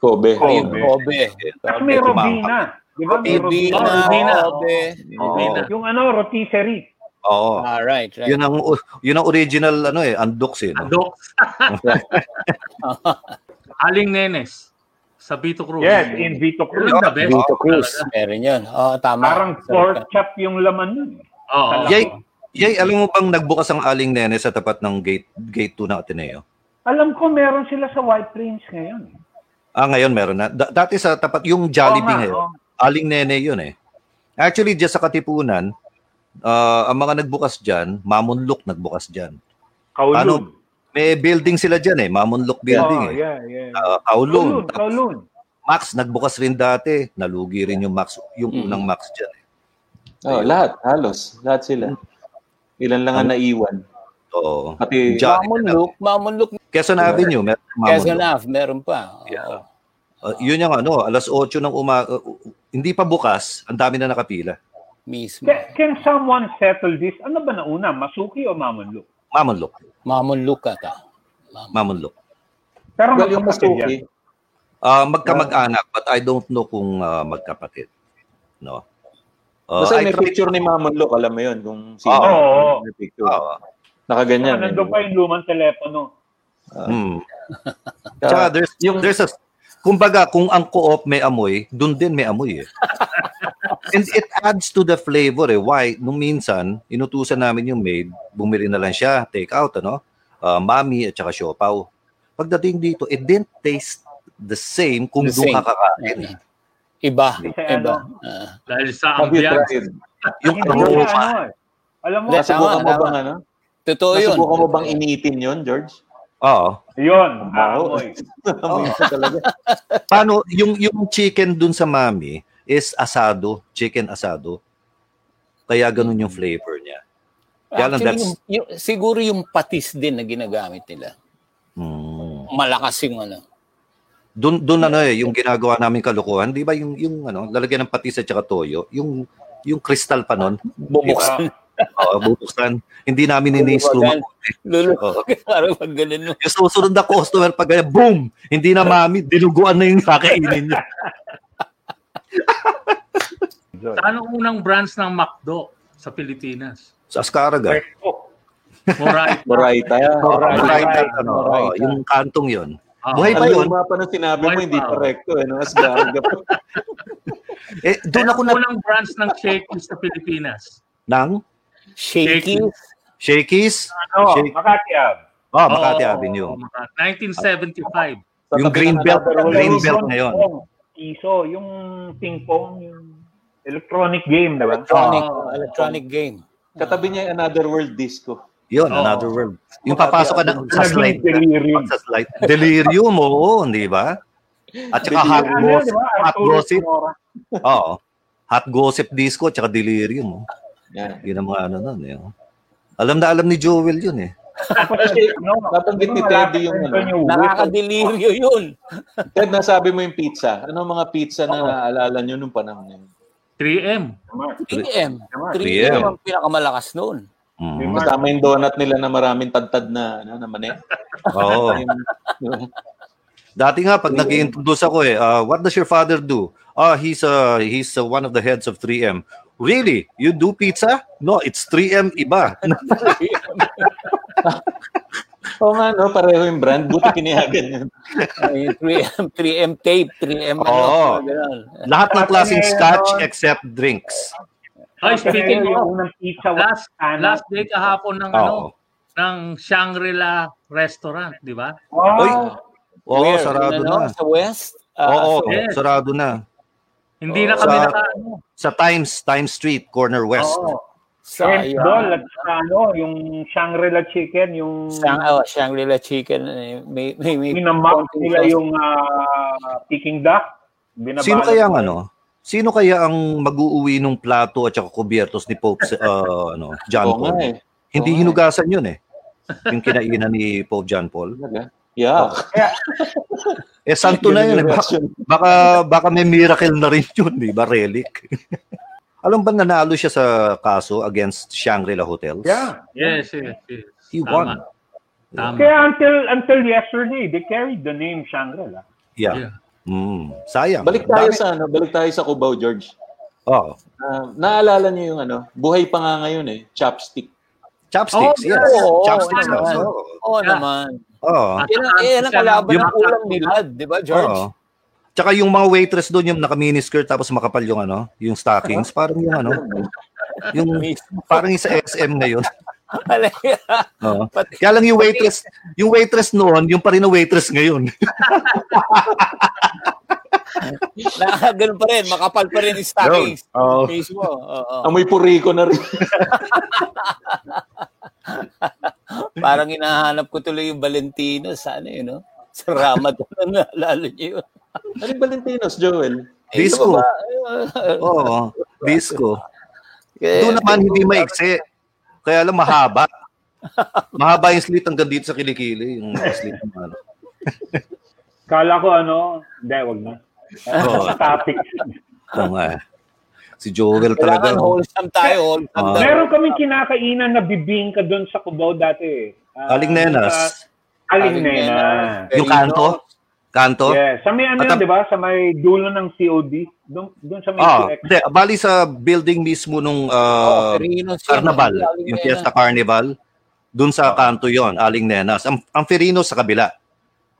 A: Kobe.
C: Oh,
E: Ayun, Kobe.
C: At may
B: Medyo
C: Robina. Di ba? May
E: Bibina,
D: Oh, Robina.
E: Kobe.
B: Oo.
D: Bibina.
C: Yung ano, rotisserie.
B: Oo.
E: Ah, right,
B: Oh.
E: right.
B: Yun ang yun ang original ano eh, andoks eh. no?
D: Adok. Aling Nenes. Sa Vito Cruz.
C: Yes, in Vito Cruz.
D: Yun ang the best.
E: Vito Cruz.
D: Talaga.
E: Meron yun. Oo, tama.
C: Parang pork chop yung laman nun. eh.
D: Oo.
C: Talaga.
B: Oh. Yay, yay, alam mo bang nagbukas ang aling nene sa tapat ng gate gate eh, 2 ng Ateneo?
C: Alam ko meron sila sa White Plains ngayon. eh.
B: Ah, ngayon meron na. Da- dati sa tapat yung Jollibee
C: Oo nga,
B: ngayon.
C: oo.
B: Aling Nene yun eh. Actually, dyan sa Katipunan, ah, ang mga nagbukas dyan, Mamunlok nagbukas dyan.
C: Kowloon.
B: Ano? May building sila dyan eh, Mamunlok building
C: Oh,
B: eh.
C: yeah, yeah.
B: Ah,
C: Kowloon,
B: Kowloon. Tapos
C: Kowloon.
B: Max nagbukas rin dati. Nalugi rin yung Max, yung
E: Mm.
B: unang Max dyan. eh.
A: Oh, lahat, halos. Lahat sila. Ilan lang ang naiwan.
B: Oo.
A: Pati
B: Diyan.
E: Mamunluk, Mamunluk.
B: Quezon Avenue, meron
E: Quezon
B: Mamunlok.
E: Ave, meron pa. Oo.
B: Yeah. Ah, yun yung ano, alas 8 ng umaga, hindi pa bukas, ang dami na nakapila.
E: Mismo.
C: Ca- Can someone settle this? Ano ba na una? Masuki o Mamunluk?
B: Mamunlok.
E: Mamunluk ata.
B: Mamunlok.
C: Pero
A: well, yung
C: magkakapatid yan.
A: Masuki.
B: Ah, magkamag-anak, but I don't know kung ah, magkapatid. No. Ah,
A: Basta may
B: I tried-
A: picture ni Mamunlok, alam mo yun, kung sino
B: Oo,
C: oo.
A: may picture.
B: Ah,
A: Nakaganyan. eh.
C: Nandun pa yung lumang telepono.
B: hmm.
A: Tsaka,
B: Tsaka there's,
A: yung-
B: there's a, kumbaga, kung ang co-op may amoy, dun din may amoy eh. And it adds to the flavor eh. Why? Nung minsan, inutusan namin yung maid, bumili na lang siya, take out, ano? Ah, mami at saka siopaw. Pagdating dito, it didn't taste the same kung
E: The
B: doon eh.
E: same.
B: ka kakain.
E: ah. Iba.
C: Kasi
E: Iba.
C: ano,
E: Ah.
D: Dahil sa
A: Have you
D: ambiyan.
A: tried?
B: Yung
C: hindi
B: aroma.
C: niya ano eh. Alam mo,
E: Yes.
A: Nasubukan
E: Tama,
A: mo
E: tama.
A: bang ano?
E: totoo yun.
A: Nasubukan mo bang initin yun, George?
B: Oo.
C: yun,
A: Oo.
C: aamoy.
A: Amoy pa talaga.
B: Paano yung yung chicken dun sa mami is asado, chicken asado. Kaya ganun yung flavor niya. Kaya lang
E: Actually,
B: that's
E: yung- yung- siguro yung patis din na ginagamit nila.
B: mm,
E: Malakas yung ano.
B: dun dun ano eh yung ginagawa namin kalokohan, 'di ba yung yung ano, lalagyan ng patis at saka toyo, yung yung kristal pa nun,
E: Bubuksan.
B: Oo, bubuksan. Hindi namin ini-screw.
E: Luluwagan. Parang pag ganun mo.
B: Yung susunod na customer pag ganyan, boom! Hindi na mami, dinuguan na yung kakainin niya.
D: Sa anong unang branch ng McDo sa Pilipinas?
B: Sa Ascaraga.
C: Oh,
D: Moray.
A: Moraita.
B: Oh,
C: Moraita.
B: Moraita, ano, oh,
A: Moraita.
B: yung kantong yun.
D: Ah,
B: Buhay
A: Ang
B: pa yun.
A: luma pa nung sinabi mo,
D: Buhay
A: hindi
D: pa.
A: correcto. Eh, no? Asgard.
B: Eh, doon ako na...
D: Unang branch ng Shakey's sa Pilipinas.
B: Nang?
E: Shaky.
B: Shakey's?
C: ano,
B: Shake-
C: Makati Ave.
B: Oh, Makati
D: Oo,
B: Avenue.
D: Makati. 1975.
A: Sa
B: Yung
A: tabi
B: green
A: ng
B: belt,
A: another
B: green
A: world.
B: belt na yun.
C: Pong, Iso, yung ping pong, yung electronic game, diba? di ba?
E: Electronic,
D: Oh.
E: electronic game.
A: Katabi niya yung Another World Disco.
B: Yun,
D: Oo.
B: another world. Yung
A: Makati
B: papasok ka na
A: Avenue.
B: sa slide.
C: delirium.
B: Sa slide. Delirium, oo, di ba? At saka hot
C: Ano, yun, di
B: gossip.
C: ba?
B: Hot
C: Arturo
B: gossip.
C: Sonora.
B: Oo. Hot gossip disco, tsaka delirium. Oh.
A: Yan.
B: Yun ang mga ano nun. Eh. oh. Alam na alam ni Joel yun eh.
C: Tapos, ano,
A: Nabanggit ni Teddy yung ano.
C: yung
E: Nakakadelirio yun.
A: Ted, nasabi mo yung pizza. Ano ang mga pizza na naaalala nyo nung panahon na yun?
D: 3M.
E: 3M.
B: 3M.
E: 3M ang pinakamalakas noon.
B: Mm.
C: Diba?
A: Kasama yung donut nila na maraming tantad na, ano, na mani.
B: Oo.
A: Yung-
B: Dati nga, pag nag-introduce ako eh, ah, what does your father do? Ah, he's uh, he's ah, one of the heads of 3M. Really? You do pizza? No, it's 3M iba.
A: Oo nga, no? Pareho yung brand. Buti kinihagan yun.
E: Ay, 3M, 3M tape, 3M ano.
B: Oo.
E: mga ganun.
B: Lahat ng klaseng
C: Ano yun?
B: scotch except drinks.
D: Ay, speaking
C: yung
D: of,
C: unang pizza,
D: last,
C: ano?
D: last day kahapon ng ano,
B: Oo.
D: ng Shangri-La restaurant, di ba?
C: Oh,
B: Oy. Oo,
E: Where?
B: sarado
E: Yun,
B: na.
E: ano, Sa West? Ah,
B: Oo,
E: so-
D: yes.
B: sarado na.
D: Hindi na
E: Oo.
D: kami
B: Sa-
D: naka
B: Sa Times, Times Street, Corner West.
D: Oo.
E: Sa,
C: French doll at saka ano, yung Shangri-La chicken, yung
E: Sang, oh, Shangri-La chicken. eh, May, may, may
C: minamark
E: konting
C: nila
E: sauce.
C: yung ah, Peking duck. Binabalot.
B: Sino kaya ang ano? Sino kaya ang mag-uuwi ng plato at saka kubyertos ni Pope ah, ano, John
A: Oo nga
B: Paul?
A: eh. Oo nga
B: Hindi
A: eh.
B: hinugasan yun eh. Yung kinainan ni Pope John Paul.
A: Talaga. Yeah.
B: Eh, santo na yun. Eh. Baka, baka, baka may miracle na rin yun, di ba? Relic. Alam ba nanalo siya sa kaso against Shangri-La Hotels?
C: Yeah.
D: Yes, yes, yes.
B: He
D: Tama.
B: won.
D: Tama.
C: Kaya until until yesterday, they carried the name Shangri-La.
B: Yeah. Mm, sayang.
A: Balik tayo
B: Dami-
A: sa ano, balik tayo sa Cubao, George.
B: Oh,
A: Ah, naalala niyo yung ano, buhay pa nga ngayon eh, chopstick.
B: chopsticks,
E: Oh,
B: yes.
E: oo, oo,
B: chopsticks.
E: ano,
B: also. Oh.
E: Oo
D: Yeah.
E: naman.
B: Oo.
D: At
E: Yan ang,
D: saka-
E: yan ang kalaban
D: Yung-
E: ng ulam nilad, di ba, George?
B: Oo. Tsaka yung mga waitress doon, yung naka-miniskirt tapos makapal yung ano, yung stockings, parang yung ano, yung parang yung sa SM ngayon. Oo.
E: Pati-
B: Kaya lang yung waitress, yung waitress noon, yung pa rin na waitress ngayon.
E: na, ganun pa rin, makapal pa rin yung stockings.
B: Yun. Oo.
E: Mismo. oo.
A: Amoy puriko na rin.
E: Parang hinahanap ko tuloy yung Valentino sa ano yun, no? Sa Ramadan, naalala niyo yun.
A: ano yung Valentinos, Joel?
E: Eh,
B: Disco.
E: ano ba?
B: Oo, disco.
E: Eh,
B: Doon naman hindi maikse. Kaya lang mahaba. mahaba yung slit hanggang dito sa kilikili, yung slit ng ano.
C: Kala ko ano, hindi, wag na.
B: Oo.
C: Sa topic.
B: Oo nga. eh. Si Joel
E: Kailangan
B: talaga. no?
E: wholesome tayo, wholesome
B: Ah.
E: daw.
C: Meron kaming kinakainan na bibingka doon sa Cubao dati eh. Ah,
B: Aling Nenas.
C: sa- Aling Nenas.
E: Nenas,
B: Yung kanto? Kanto?
C: Yeah, sa may ano
B: At
C: yun,
B: ang-
C: di ba? Sa may dulo ng COD. Doon, doon sa may
B: Ah,
C: CX.
B: hindi. Bali sa building mismo nung
E: Oh,
B: ah,
E: Ferino, siya,
B: Carnival,
E: yung Aling
B: yung
E: Nenas.
B: Fiesta Carnival, dun sa kanto yon, Aling Nenas. Ang, ang Ferino sa kabila.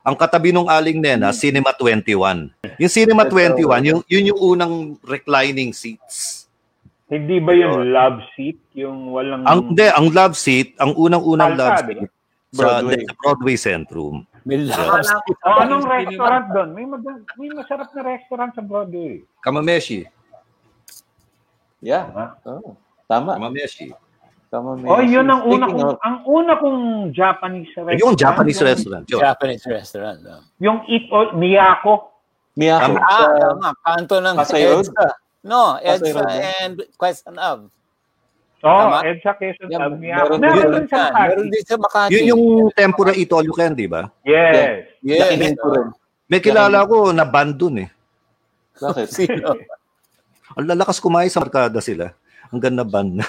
B: Ang katabi nung Aling Nenas, Cinema 21. Yung Cinema 21, yung, yun yung unang reclining seats.
C: Hindi ba yung love seat? Yung walang... diba?
B: Ang, hindi, ang love seat, ang unang-unang
C: Kalsa,
B: love
C: Hmm. di
B: seat,
C: ba?
A: Broadway.
B: sa Broadway, sa Broadway Centrum.
E: May lakas.
D: Akala ko
C: Oh, anong
D: sa- yung cinema-
C: restaurant doon? May, mag- may masarap na restaurant sa Broadway.
B: Kamameshi.
A: Yeah.
C: Tama.
A: Oh, tama.
B: Kamameshi.
A: Tama. may-
C: Oh, yun ang una
A: Speaking
C: kong,
A: of-
C: ang una kong Japanese restaurant.
B: Yung Japanese
C: yung-
B: restaurant. Yun.
E: Japanese restaurant. no?
C: Yung Eat All, Miyako.
A: Miyako.
B: Tama.
E: Ah,
A: Sa-
E: tama. Ah, Kanto ng
A: Pasay Road?
E: EDSA. No,
A: Pasay
E: EDSA
A: Road, eh?
E: and Quezon Ave.
C: Oh,
E: Tama.
C: Edsa Quezon.
A: Yeah,
C: Sab- Miyako.
A: meron
C: Meron
A: din.
C: doon sa
E: Yan, Meron
C: Makati.
E: din sa Makati.
B: Yun yung tempura ito all you can, di ba?
C: Yes.
E: Yes.
A: Lakihin ko rin.
B: May kilala ko na band dun eh.
A: Bakit?
E: Sino?
B: Ang lalakas kumain sa barkada sila. Ang ganda band na.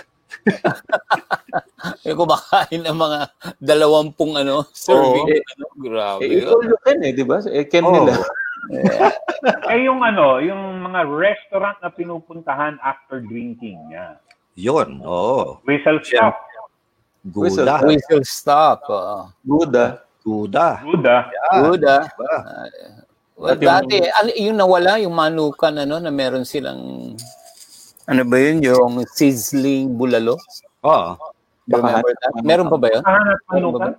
E: Yung kumakain ng mga dalawampung ano, serving.
A: eh,
E: ano, grabe.
A: Eh, ikaw yun Ken eh, di ba? Eh, Ken
B: Oh.
A: nila.
C: Eh, yung ano, yung mga restaurant na pinupuntahan after drinking. Yeah.
B: Yon, oo.
C: Whistle
B: Siyem-
C: stop.
B: Guda.
E: We shall stop. oo.
A: Good ah.
B: Guda.
C: Good ah.
B: Ah,
E: Good, ah.
B: diba?
E: Well,
A: At yung-
E: dati, al- yung nawala, yung manukan, ano, na meron silang, ano ba yun, yung sizzling bulalo?
B: Oo.
A: Baka-
E: You remember that? Meron pa Ano ba yun?
C: Kahanap manukan.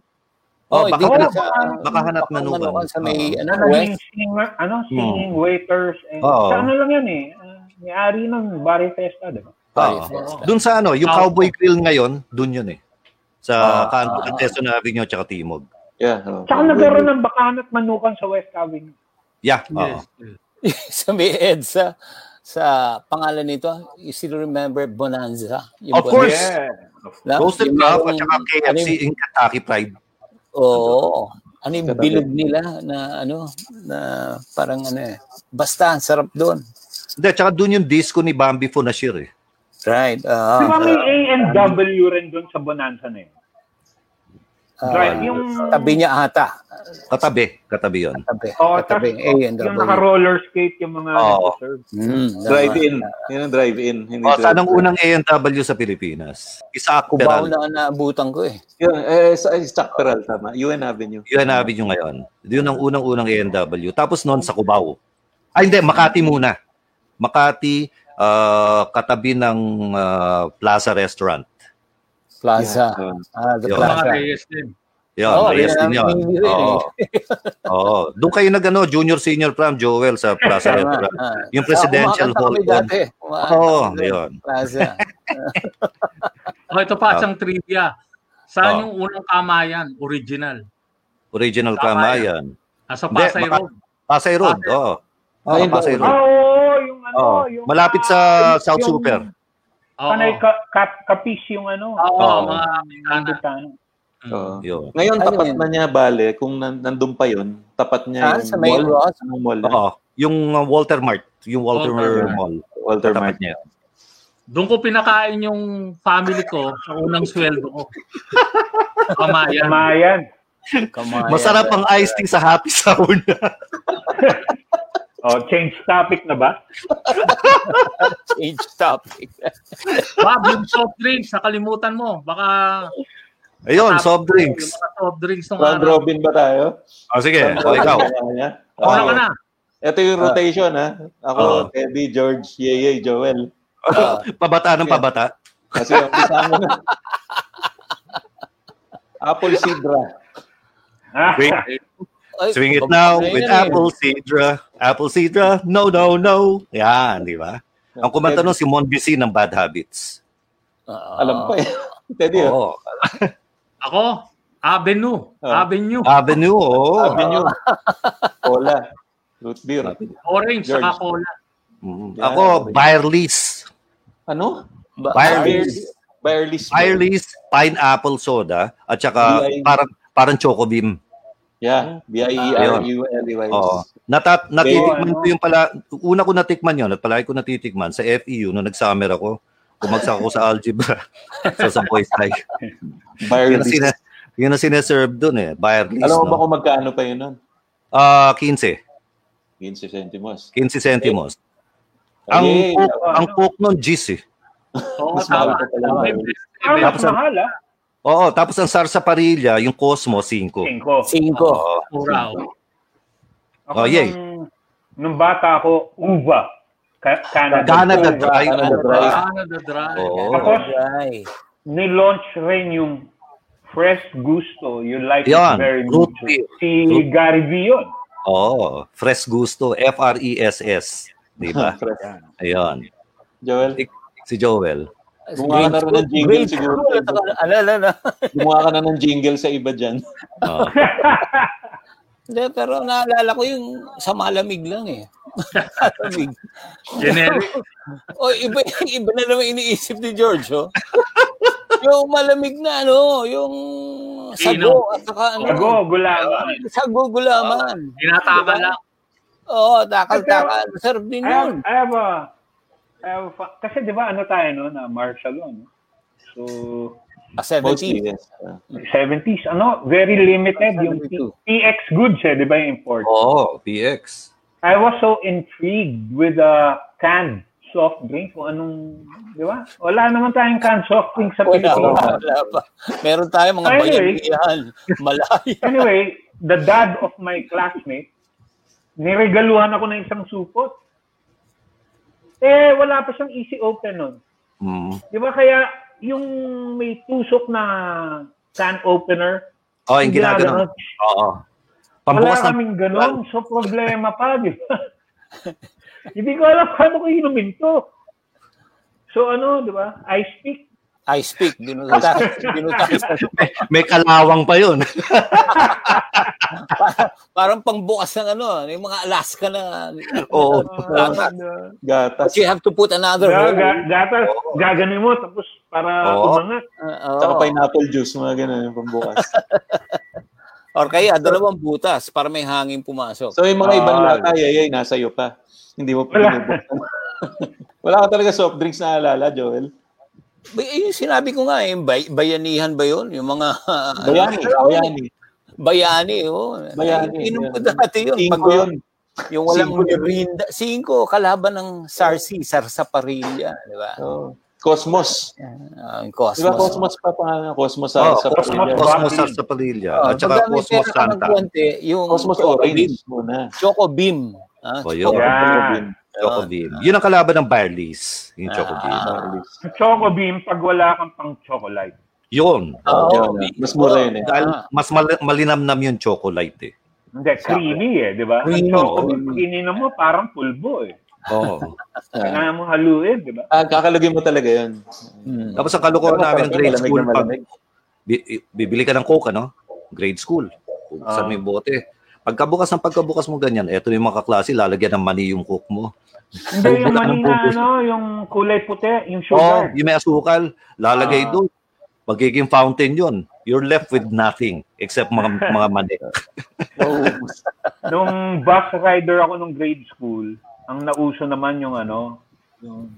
B: Oh,
E: hindi
B: baka-
E: sa,
B: baka hanap manukan. Ah.
E: sa may,
B: Oo.
E: ano, Hmm.
C: Ano naging
E: west.
C: singer, ano, singing waiters. And,
B: Oo.
C: Sa ano lang yan eh. Uh, may-ari ng Barry Festa, di ba?
E: Ah,
B: Oo. Doon sa ano, yung Cowboy Grill ngayon, doon yun eh. Sa
E: Ah.
B: kanto ng Quezon Avenue at saka Timog.
A: Yeah. oh.
C: Tsaka nagkaroon ng Bakanat Manukan sa West Avenue.
B: Yeah, oo.
D: Yes.
E: sa may EDSA, sa pangalan nito, you still remember Bonanza? Yung
B: Of course.
E: na-
B: Roasted
E: yung
B: Crab
E: merong-
B: at saka
E: ano
B: KFC
E: yung-
B: in Kentucky Pride.
E: Oo. Ano yung
A: Sarap
E: bilog nila na ano, na parang ano eh. Basta, ang sarap doon.
B: Hindi, tsaka doon yung disco ni Bambi Funashir eh.
E: Right.
C: Di ba may
E: ah
C: A&W rin doon sa Bonanza na yun?
E: ah,
C: Right, yung-
E: Tabi niya ata.
B: Katabi, katabi yun.
E: Tabi.
A: Oh,
C: Oo,
E: Eh, Katabi.
C: tas-
E: A and
C: Oh, Yung naka-roller skate yung mga
B: Oo.
C: reserve.
E: Mm,
A: Drive-in. Yun ang drive-in. Hindi
B: O,
E: Oh,
A: drive-in.
B: Oh, sanang unang A&W sa Pilipinas. Isaac
E: Kubaw
B: Peral.
E: na ang naabutan ko eh.
A: Yun, eh, sa ay, Stock Peral, tama. UN Avenue.
B: Yun ang nyo ngayon. Yun ang unang-unang A&W. Tapos noon sa Cubao. Ay hindi, Makati muna. Makati, ah, katabi ng ah, Plaza Restaurant.
E: Plaza.
A: Yeah.
E: Ah, the
B: Yun.
D: Mga
E: plaza.
D: Reyes din.
B: Yun,
E: Oo,
B: Reyes
E: yun ang
B: din yun.
E: hindi rin
B: Oo. Oo. Doon kayo nag ano, junior senior prom, Joel, sa Plaza
E: Tama.
B: Restaurant.
E: Ah.
B: Yung presidential
E: Ah, kumakanta
B: hall.
E: kami
B: yun.
E: dati. Kumakanta
B: Oo,
E: kami doon.
B: yun.
E: Plaza.
D: Oh, ito
B: Ah.
D: pa, isang trivia. Saan
B: Oh.
D: yung unang kamayan? Original.
B: Original
D: Tama
B: Kamayan.
D: Asa
B: Hindi,
D: Pasay
B: maka-
D: Road.
B: Pasay Road, oo. Oh,
A: Ayun ba?
B: Pasay
C: Ah,
B: Road.
C: oo, yung ano,
B: Oo.
C: yung...
B: Malapit sa
C: ah,
B: South
C: yung
B: Super.
D: Oo.
C: Panay ka, kap- kapis yung ano.
D: Oo,
B: Oo.
C: yung
D: mga
B: ah.
D: Amerikana.
C: butano.
A: Oo.
B: Yun.
A: Ngayon,
E: Ano
A: tapat
E: yun?
A: na niya, bale, kung nan- nandun pa yun, tapat niya
E: Ah, sa may Ross?
A: Anong mall yun?
B: Oo. Yung ah, Walter Mart. Yung Walter,
D: Walter Mart.
B: Mall.
A: Walter
B: Tapat
A: Mart.
B: niya.
D: Doon ko pinakain yung family ko sa unang sweldo ko. Kamayan.
C: Kamayan.
E: Kamayan.
B: Masarap ang iced tea sa happy hour na.
C: Oh, change topic na ba?
E: Change topic.
D: Bob, yung soft drinks, nakalimutan mo. Baka...
B: Ayun, soft drinks.
D: Yung mga soft drinks nung ano.
A: Round
D: araw.
A: robin ba tayo?
B: Ah, sige. O, ikaw. Oh. Ah.
A: Oo.
D: Una ka na.
A: Ito yung rotation, ha? Ako,
B: Oo.
A: Teddy, George, Yeye, Joel.
E: Ah.
B: Pabata ng pabata.
A: Kasi ang kasama na. Apple Sidra.
C: Ah,
B: Wait.
E: Ay,
B: Swing it
E: pag-
B: now
E: ayun
B: with
E: na eh.
B: apple sidra. Apple sidra, no, no, no. Yan, di ba? Ang kumanta nun si Mon Bisi ng Bad Habits.
E: Oo.
A: Alam ko eh. Teddy, oh.
B: Oo.
D: Ako, Avenue.
A: Ah.
D: Avenue.
B: Avenue, oo.
A: Avenue. Cola. Root beer.
D: Orange,
A: George.
D: saka cola.
B: Mm. Ako, Bayerlis.
A: Ano?
E: Ba-
B: Bayerlis.
A: Bayerlis.
B: Bayerlis, pineapple soda, at saka
A: Yay.
B: parang parang choco beam.
A: Yeah. E B-I-E-R-U-L-E-Y.
B: Oo. Natat
C: Ayun,
B: natitikman
C: ano?
B: ko yung pala una ko natikman yon at palagi ko natitikman sa FEU nung nag-summer ako. Kumagsak ako sa algebra sa sa boys high. Yun ang
A: Bayerlis.
B: sina, yun ang sineserve doon eh, Bayerlis.
A: Alam mo ba
B: no?
A: kung magkano pa yun nun?
B: Ah, 15,
A: 15 centimos.
B: 15 centimos.
A: Ay,
B: Ang
A: eh,
B: coke,
C: ano?
B: ang coke nun G's eh.
D: Oo,
A: Mas
D: tama.
A: mahal pa pala
D: May
A: Bayerlis.
D: best
C: Ah,
D: ever.
C: mas mahal ah.
B: Oo, tapos ang sarsa parilla, yung Cosmo 5.
C: Cinco.
E: Cinco.
B: Oo.
D: Pura, oh.
B: Oh,
C: Ako
B: yay.
C: Nung, nung bata ako, uva. Ka- Canada.
B: Canada
C: Uva.
B: Dry.
A: Canada Dry.
D: Canada Dry.
B: Oo.
C: Tapos,
E: Ay.
C: nilaunch rin yung Fresh Gusto. You like
B: Yan,
C: it very
B: root
C: much.
B: beer.
C: Si
B: Root-
C: Gary V yun.
B: Oo, Fresh Gusto, F R E S S, 'di
A: Ah,
B: ba? Ayun.
A: Joel,
B: Si Joel.
A: Gumawa na rin ng jingle
E: grade
A: siguro.
E: school, at saka- Ah, Alala na.
A: gumawa ka na ng jingle sa iba dyan.
B: Oo.
E: Hindi, pero naalala ko yung sa malamig lang eh. Malamig.
D: Generic.
E: O, Oh, iba, iba na naman iniisip ni George, oh. yung malamig na, ano, yung sago, at saka,
B: Oh.
E: ano,
C: Sago, gulaman.
E: sago gulaman.
D: Tinataka lang.
E: Oo, takal-takal. Serve din
C: I have,
E: yun.
C: I have a, I have a, kasi di ba ano tayo no, na martial law, no? So,
E: Ah, 70.
A: Mostly, yes. Ah.
C: 70s, ano, very limited yung
E: 72.
C: PX goods eh,
B: Oh.
C: di ba yung import?
B: Oo, PX.
C: I was so intrigued with a canned soft drink, kung anong, di ba? Wala naman tayong canned soft drink sa
E: Wala,
C: Pilipinas.
E: wala, wala pa. Meron tayo mga
C: Anyway.
E: bayan-bayan. Malaya.
C: Anyway, the dad of my classmate, niregaluhan ako ng isang supot. Eh, wala pa siyang easy open nun.
B: Mm.
C: Di ba kaya yung may tusok na can opener,
B: Oh, yung
C: Hindi na
B: ginaganon. Oo.
C: wala
B: Pambukas ng...
C: kaming ganun. So, problema pa, di ba? Hindi ko alam paano ko inumin to. So, ano, di ba? I speak.
E: I speak. Binutas. binutas.
B: May kalawang pa yun.
E: Parang pangbukas ng ano, yung mga Alaska na.
B: Oo.
E: Tama. But
A: Gatas.
E: you have to put another
C: Diba,
E: hole. Ah,
C: ga- gatas, gaganin mo, tapos para
B: Oo.
C: umangat.
E: Oo.
A: Tsaka pineapple juice, mga ganun yung pambukas.
E: Or kaya dalawang butas para may hangin pumasok.
A: So yung mga
B: Ah.
A: ibang lata, ay, ay, nasa iyo pa. Hindi mo pa
C: Wala.
A: binubuksan. Wala ka talaga soft drinks na alala, Joel.
E: Ba- eh, yung sinabi ko nga, eh, bay- bayanihan ba yun? Yung mga... Ah.
A: Bayani, bayani.
E: Bayani, oh.
A: Bayani,
E: Inom ko
A: yeah.
E: dati yun.
A: Tingin
E: Pag
A: ko yun.
E: Yung walang
A: Cinco yun.
E: rinda. Cinco, kalaban ng Sarsi, Sarsaparilla, di ba?
A: Oo. Cosmos.
E: Ah,
A: Di
E: yung
A: ba
E: Cosmos.
A: Cosmos pa pangalan? Cosmos sa,
B: Oh,
A: sa
B: Cosmos,
A: pamilya. Ah,
B: Cosmos sa Palilya.
E: Oh,
B: At saka
E: pagka may
B: Cosmos
E: pera ka ng
B: Santa.
E: konti, yung
A: Cosmos Orange muna.
E: Choco Beam. Ah,
B: Oh, yun.
E: Choco-
C: Yan.
B: Choco Bean. Yun ang kalaban ng Barley's.
A: Ah.
B: Yung Choco Bean.
C: Sa Choco Bean, pag wala kang pang chocolate.
B: Yun.
E: Oo,
A: Oh, Yun,
E: Beam.
A: mas mura yun eh.
E: Ah,
B: Dahil mas mal- malinamnam yung chocolate eh.
C: Hindi, creamy eh, di ba? Ang
E: Creamy,
C: Choco
B: oo.
C: Bean, pag ininom mo, parang pulbo eh.
B: Oo.
A: Ah,
C: Kailangan mo haluin, di ba?
A: ah, kakalagay mo talaga yun.
E: Mm.
B: Tapos ang kalokohan
A: Pero
B: namin ng
A: parang
B: grade
A: malamig
B: school,
A: na
B: pag
A: malamig.
B: bi- bibili ka ng coke, ano? Grade school. Kung
C: Ah.
B: saan may bote. Pagkabukas ng pagkabukas mo ganyan, eto yung mga kaklase, lalagyan ng mani yung coke mo.
C: Hindi, yung
B: Puputa ng
C: manina,
B: pupus.
C: ano, yung kulay puti, yung
B: Oh,
C: sugar.
B: yung may asukal, lalagay
C: Ah.
B: doon. Magiging fountain yun. You're left with nothing except mga mga mani.
A: Nauubos.
C: Nung bus rider ako nung grade school, ang nauso naman yung ano, yung,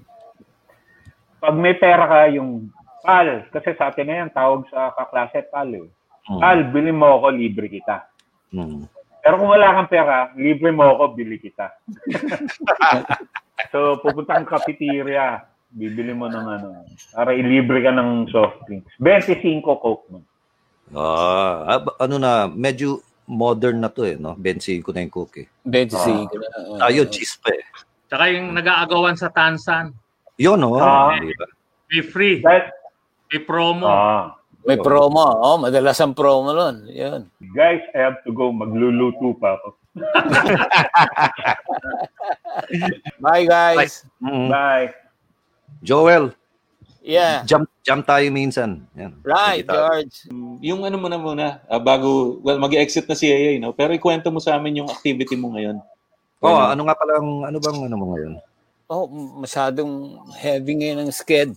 C: pag may pera ka, yung pal, kasi sa atin ngayon, tawag sa kaklase, pal eh.
B: Oh.
C: Pal, bili mo ako, libre kita.
B: Mm.
C: Pero kung wala kang pera, libre mo ako, bili kita. so, pupunta kang cafeteria, bibili mo ng ano, para ilibre ka ng soft drinks. 25 Coke mo.
B: Ah, ab- ano na, medyo modern na to eh, no? Bensin ko na yung coke eh.
E: Bench
C: Ah.
E: Cinco. Ah,
B: Tayo, cheese pa eh.
D: Tsaka yung nag-aagawan sa Tansan,
B: Yun, oh.
C: Ah.
B: Di ba?
D: be free,
C: Dahil,
D: be promo.
C: ah,
E: May promo. Oh, madalas ang promo nun. Yun.
C: guys, I have to go, magluluto pa ako.
E: Bye, guys.
B: Mm.
C: Bye.
B: Joel,
E: Yeah.
B: jump jump tayo minsan. Yan.
E: Right,
B: Kita-
E: George.
A: Yung ano mo na muna, ah, bago, well, mag-exit na si AA, no? Pero ikwento mo sa amin yung activity mo ngayon.
B: Oh, ano nga palang, ano bang ano mo ngayon?
E: Oh, masyadong heavy ngayon ang sked.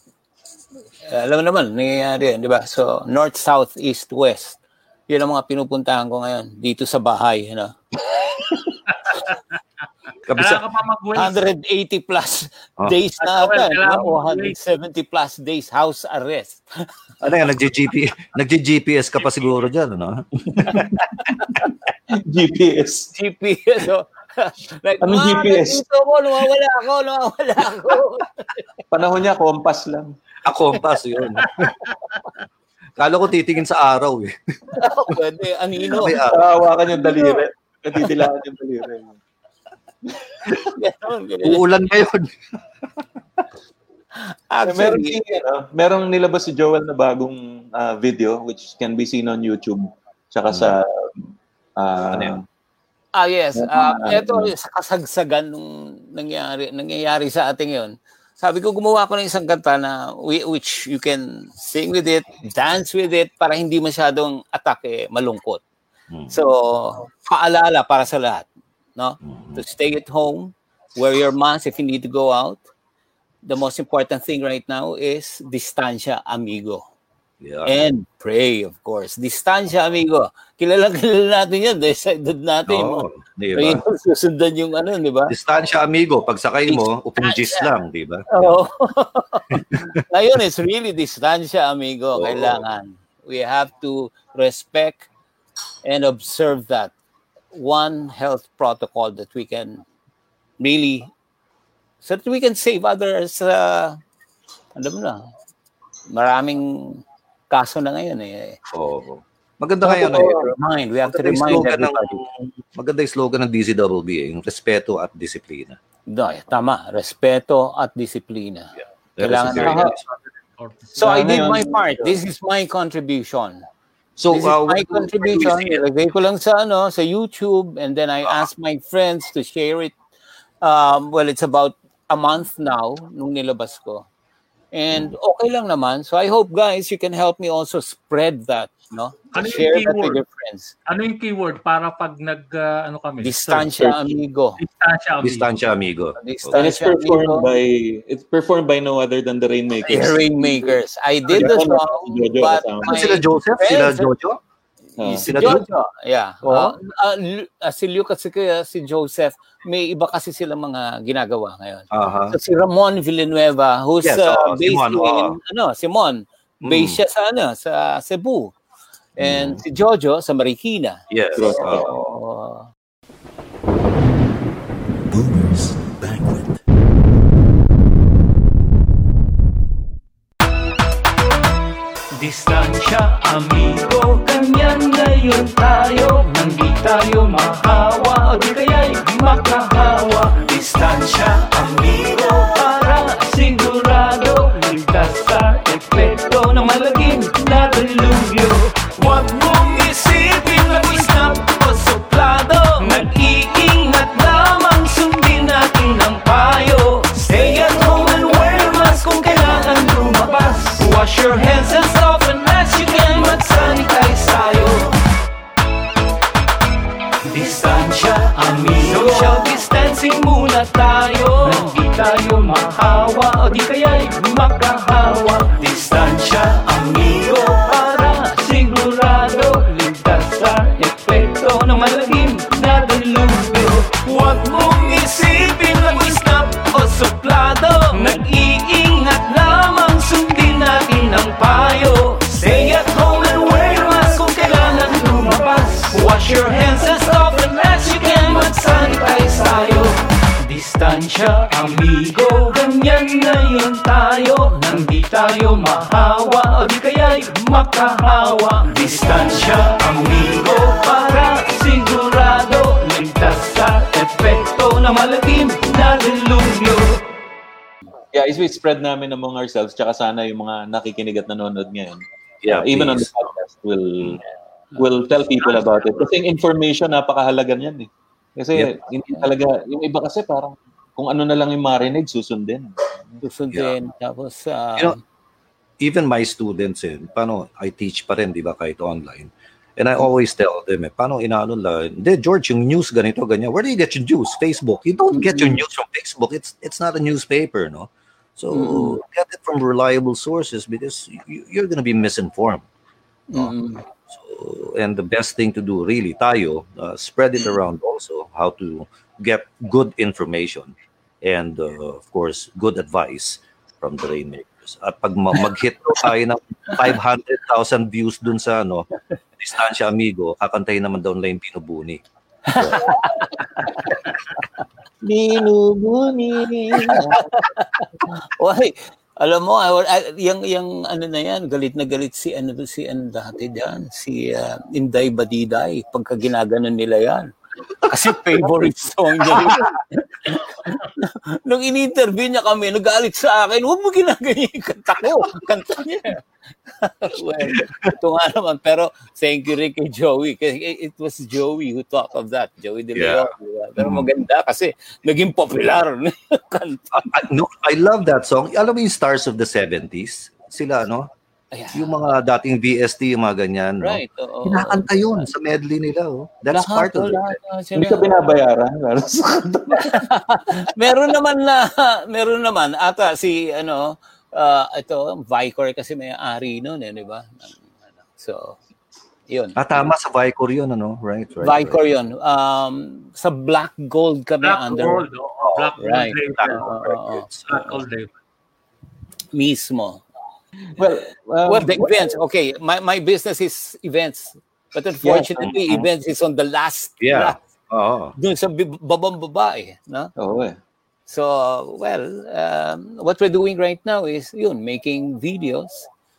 E: Eh, Alam mo naman, nangyayari yan, di ba? So, north, south, east, west. Yun ang mga pinupuntahan ko ngayon dito sa bahay. You
C: Ano?
E: know?
B: Kabisa,
D: Kailangan ka pa mag-waste.
E: 180 plus
B: Ah.
E: days na
D: Ah, well,
E: ata. di ba?
D: kailangan mo
E: 170 plus days house arrest.
B: ano yan, nagje-GP, nagje-GPS ka pa siguro dyan, ano?
A: GPS.
E: GPS. So, oh. like,
A: Anong
E: "Ma,
A: GPS?
E: nandito ako, nawawala ako, nawawala ako.
A: Panahon niya, kompas lang.
B: Ako, pass yun. Kala ko titingin sa araw eh.
E: Pwede,
C: Ano?
E: anino.
B: May araw.
A: Kahawakan yung daliri. Natitilaan yung daliri.
E: Ganun, ganun.
B: Uulan ngayon.
A: Eh, Meron
E: Actually,
A: si- ano, merong nilabas si Joel na bagong ah, video which can be seen on YouTube tsaka sa ah,
B: Ano yun?
E: Ah, yes.
A: Meron
E: Ah,
A: na-
E: ito,
A: ano.
E: sa kasagsagan nung nangyari, nangyayari sa ating yon. Sabi ko, gumawa ko ng isang kanta na wi- which you can sing with it,
B: Hmm.
E: dance with it, para hindi masyadong atake, malungkot.
B: Hmm.
E: So, paalala para sa lahat. No?
B: Hmm.
E: To stay at home, wear your mask if you need to go out. The most important thing right now is distancia amigo.
B: Yeah.
E: And pray, of course. Distansya, amigo. Kilala kilala natin yan. Decided natin.
B: Oo,
E: mo.
B: di
E: Kaya
B: ba?
E: susundan yung ano, di ba?
B: Distansya, amigo. Pagsakay mo, upinjis lang, di ba?
E: Oo. Ngayon, it's really distansya,
B: Oo.
E: amigo. Kailangan. We have to respect and observe that one health protocol that we can really so that we can save others uh, alam mo na maraming kaso na ngayon eh
B: Oo. Maganda kaya ano eh.
E: remind we have to
B: Maganda yung
E: remind
B: slogan ng,
E: everybody
B: maganda yung slogan ng DCWB, eh, yung respeto at disiplina.
E: no, eh, tama respeto at disiplina
B: That is
E: Kailangan
B: a very
E: na-
B: nice one.
E: so I did
A: Kailangan
E: my
A: yun.
E: part this is my contribution
B: So,
E: this is
B: uh, where do- where
E: my
B: do we
E: contribution.
B: see it?
E: Nilagay ko lang sa, ano, sa YouTube and then I asked my friends to share it. Um, well, it's about a month now nung nilabas ko. And okay lang naman. So I hope, guys, you can help me also spread that, no?
D: Ano yung
E: share that with
D: keyword?
E: your friends.
D: Ano yung keyword para pag nag, ah, ano kami?
E: Distancia amigo.
D: Distansya. amigo.
B: Distansya, amigo.
A: And it's
E: Distansya
A: performed
E: amigo.
A: by it's performed by no other than the Ano? Rainmakers.
E: Yeah, Rainmakers. I did the song,
A: Jojo
E: but
A: kasama.
B: Ano
E: my
B: sila Joseph? Sila
E: friends-
B: Jojo?
A: Ah.
E: si
B: Sila
E: Jojo,
B: Jojo?
E: yeah.
B: Oo.
E: Ah, ah, Lu- ah, si Luke at si, kaya si Joseph, may iba kasi silang mga ginagawa ngayon.
B: Aha.
E: So, si Ramon Villanueva, who's
B: Ah. Yes,
E: uh,
B: oo, Mm.
E: based
B: Simon,
E: in,
B: oo.
E: ano, Simon, based siya sa, ano, sa Cebu. And si Jojo sa Marikina.
B: Yes. Uh,
A: Correct.
B: Mm. oo.
E: Oh.
F: Boomers Banquet.
G: Distansya, amigo, kanyan ngayon tayo Hindi tayo mahawa, o di kaya'y makahawa Distansya, amigo, para sigurado Ligtas sa epekto ng malagim na delugyo Huwag mong isipin na snap o suplado Nag-iingat lamang sundin natin ang payo Stay at home and wear a mask kung kailangan lumabas Wash your hands as often as you can Mag-sanitize tayo Distansya, amigo Social distancing muna tayo Nang di tayo mahawa O di kaya'y makahawa Distansya, amigo Para sigurado Ligtas sa epekto Ng malagim na dalubyo Huwag mong isipin na snap o suplado Nag-iingat lamang Sundin natin ang payo Stay at home and wear your mask Kung kailangan lumabas Wash your hands as often as you can Mag-sanitize tayo Distansya, amigo Ganyan ngayon tayo Nang di tayo mahawa O di kaya'y makahawa Distansya, amigo Para sigurado Ligtas sa epekto Na malalim na dilubyo
A: Yeah, is we spread namin among ourselves tsaka sana yung mga nakikinig at nanonood ngayon.
B: Yeah,
A: Uh, even on the
B: please.
A: podcast will will tell people about it. Kasi yung information napakahalaga niyan eh. Kasi
B: Yep.
A: hindi talaga yung iba kasi parang kung ano na lang yung marinig susundin.
E: Susundin. Tapos, ah,
B: You know, even my students, eh, paano, I teach pa rin, di ba, kahit online. And I always tell them, eh, paano inaano lang, hindi, George, yung news ganito, ganyan. Where do you get your news? Facebook. You don't get your news from Facebook. It's it's not a newspaper, no? So, get it from reliable sources because you, you're gonna be misinformed.
E: mm,
B: So, and the best thing to do, really, tayo, uh, spread it around also, how to get good information and, uh, of course, good advice from the Rainmakers. At pag ma- mag-hit daw tayo ng 500,000 views dun sa, ano, Distansya Amigo, kakantayin naman daw nila yung Pinubuni.
E: Why? Alam mo, I- I- yung, yung ano na yan, galit na galit si ano si ano dati dyan, si ah, Inday Badiday, pagka ginaganon nila yan. Kasi favorite song niya yun. Nung in-interview niya kami, nagalit sa akin, huwag mo ginaganyan yung kanta ko. Kanta niya. well, ito nga naman. Pero thank you rin kay Joey. Kasi it was Joey who talked of that. Joey De Leon. diba? Pero maganda kasi naging popular na yung kanta.
B: I, I- no, I love that song. Alam mo yung stars of the 70s? Sila, no?
E: Ayan.
B: Yung mga dating VST, yung mga ganyan, no?
E: Right. Oo.
B: Kinakanta yun sa medley nila, oh. That's
E: Lahat,
B: part of it.
E: lahat, oh, lahat sila.
A: Hindi ka binabayaran.
E: meron naman na meron naman ata si ano ah, ito Vicor kasi may ari noon eh, di ba? So yun.
B: Ah, tama sa Vicor yun, ano? Right, right.
E: Vicor
B: right.
E: yun. Um, sa Black Gold kami
D: Black
E: under
D: Gold. oo. Black Gold
E: Right.
D: Label.
E: Oo, oo,
D: Black Gold Label.
E: mismo.
A: Well, um,
E: well, the events. Okay, my my business is events. But unfortunately,
B: Mm-hmm.
A: Yeah.
E: events is on the last
B: Yeah. Oo.
E: doon sa bi- babang babae, no?
A: Oo eh.
E: So, well, um, what we're doing right now is yun, making videos,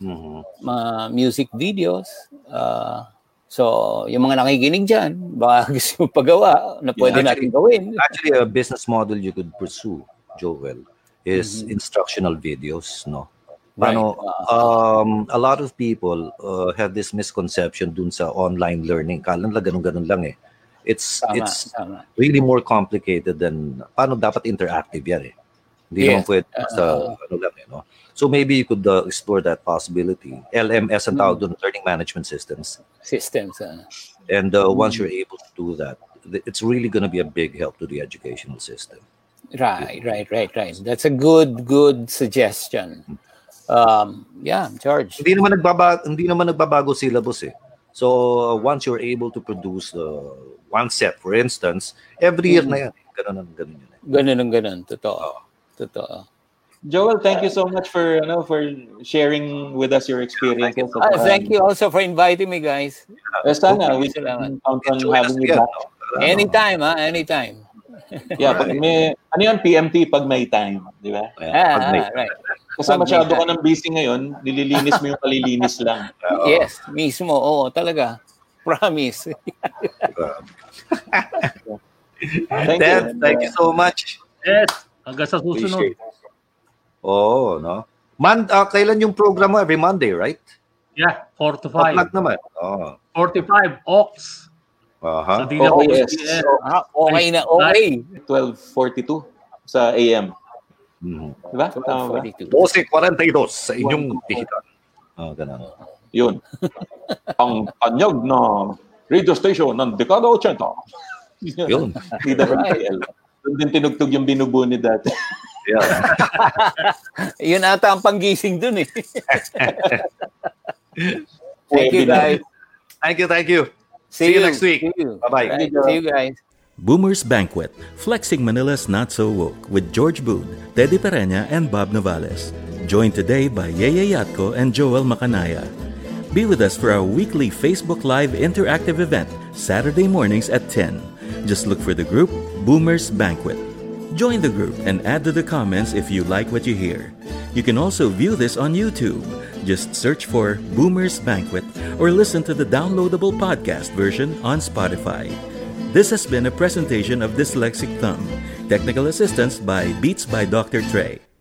B: Mhm.
E: mga music videos. Uh, so, yung mga nakikinig dyan, baka gusto mo pagawa na pwede
B: Yeah,
E: natin gawin.
B: Actually, a business model you could pursue, Joel, is instructional videos, no? Paano,
E: Mm-hmm. Right.
B: um, a lot of people uh, have this misconception dun sa online learning. Kala nila ganun-ganun lang eh. It's,
E: Tama,
B: it's
E: tama.
B: really more complicated than paano dapat interactive yan eh. Hindi
E: Yes. Ah,
B: naman pwede basta ano lang eh, no? So maybe you could uh, explore that possibility. LMS ang tawag doon,
E: Hmm.
B: Learning Management Systems.
E: Systems. ah.
B: And uh, once you're able to do that, th- it's really going to be a big help to the educational system.
E: Right, right, right, right. That's a good, good suggestion. Um, yeah, George.
B: Hindi naman nagbabago, hindi naman nagbabago syllabus eh. So uh, once you're able to produce uh, one set, for instance, every year
E: Hmm.
B: na yan. eh. Ganun ang ganun yun. eh.
E: Ganun ang ganun. Totoo. Totoo.
A: Joel, thank you so much for you know, for sharing with us your experiences.
E: Ah,
B: um,
E: thank you also for inviting me, guys.
A: Eh, sana we can
E: Salamat.
A: count on
B: Join us
A: having you
B: again,
A: back.
B: no? Para, ano,
E: Anytime, ha? Anytime.
A: Yeah, pag may, ano yun, PMT pag may time, di ba?
B: eh,
E: Ah,
B: pag may-
E: ah, right.
A: Kasi
E: Pag may
A: masyado ka
E: time.
A: ng busy ngayon, nililinis mo yung kalilinis lang.
B: uh, Oo.
E: Yes, mismo. Oo, talaga. Promise.
A: Thank
B: Dad,
A: you.
B: thank you so much.
D: Yes. Hanggang sa susunod.
B: Appreciate it. Oo, no? Man, ah, kailan yung program mo? Every Monday, right?
D: Yeah, 4 to 5.
B: Paplug naman. Oo.
D: 45 ox
B: Aha.
D: sa
A: Oh, yes.
D: DWPL.
E: Ah, okay na, okay.
A: 12.42 sa AM.
B: Mhm.
A: Di ba?
E: Oh,
A: Tama ba?
E: 42.
B: 12.42 sa inyong pihitan. Oo, ganun.
A: Yun. Ang tanyag na radio station ng Dekada 80.
B: Yun.
A: DWPL. Doon din tinugtog yung binubuni dati.
B: Yeah.
E: Yun ata ang panggising dun eh. Thank you guys.
B: Thank you, thank you.
E: See,
B: you next week.
E: See you.
B: Bye-bye.
E: Right, See you guys.
F: Boomer's Banquet, Flexing Manila's Not So Woke with George Boone, Teddy Pereña, and Bob Novales. Joined today by Yeye Yatko and Joel Macanaya. Be with us for our weekly Facebook Live interactive event, Saturday mornings at 10. Just look for the group Boomer's Banquet. Join the group and add to the comments if you like what you hear. You can also view this on YouTube. Just search for Boomer's Banquet or listen to the downloadable podcast version on Spotify. This has been a presentation of Dyslexic Thumb. Technical assistance by Beats by Dr. Trey.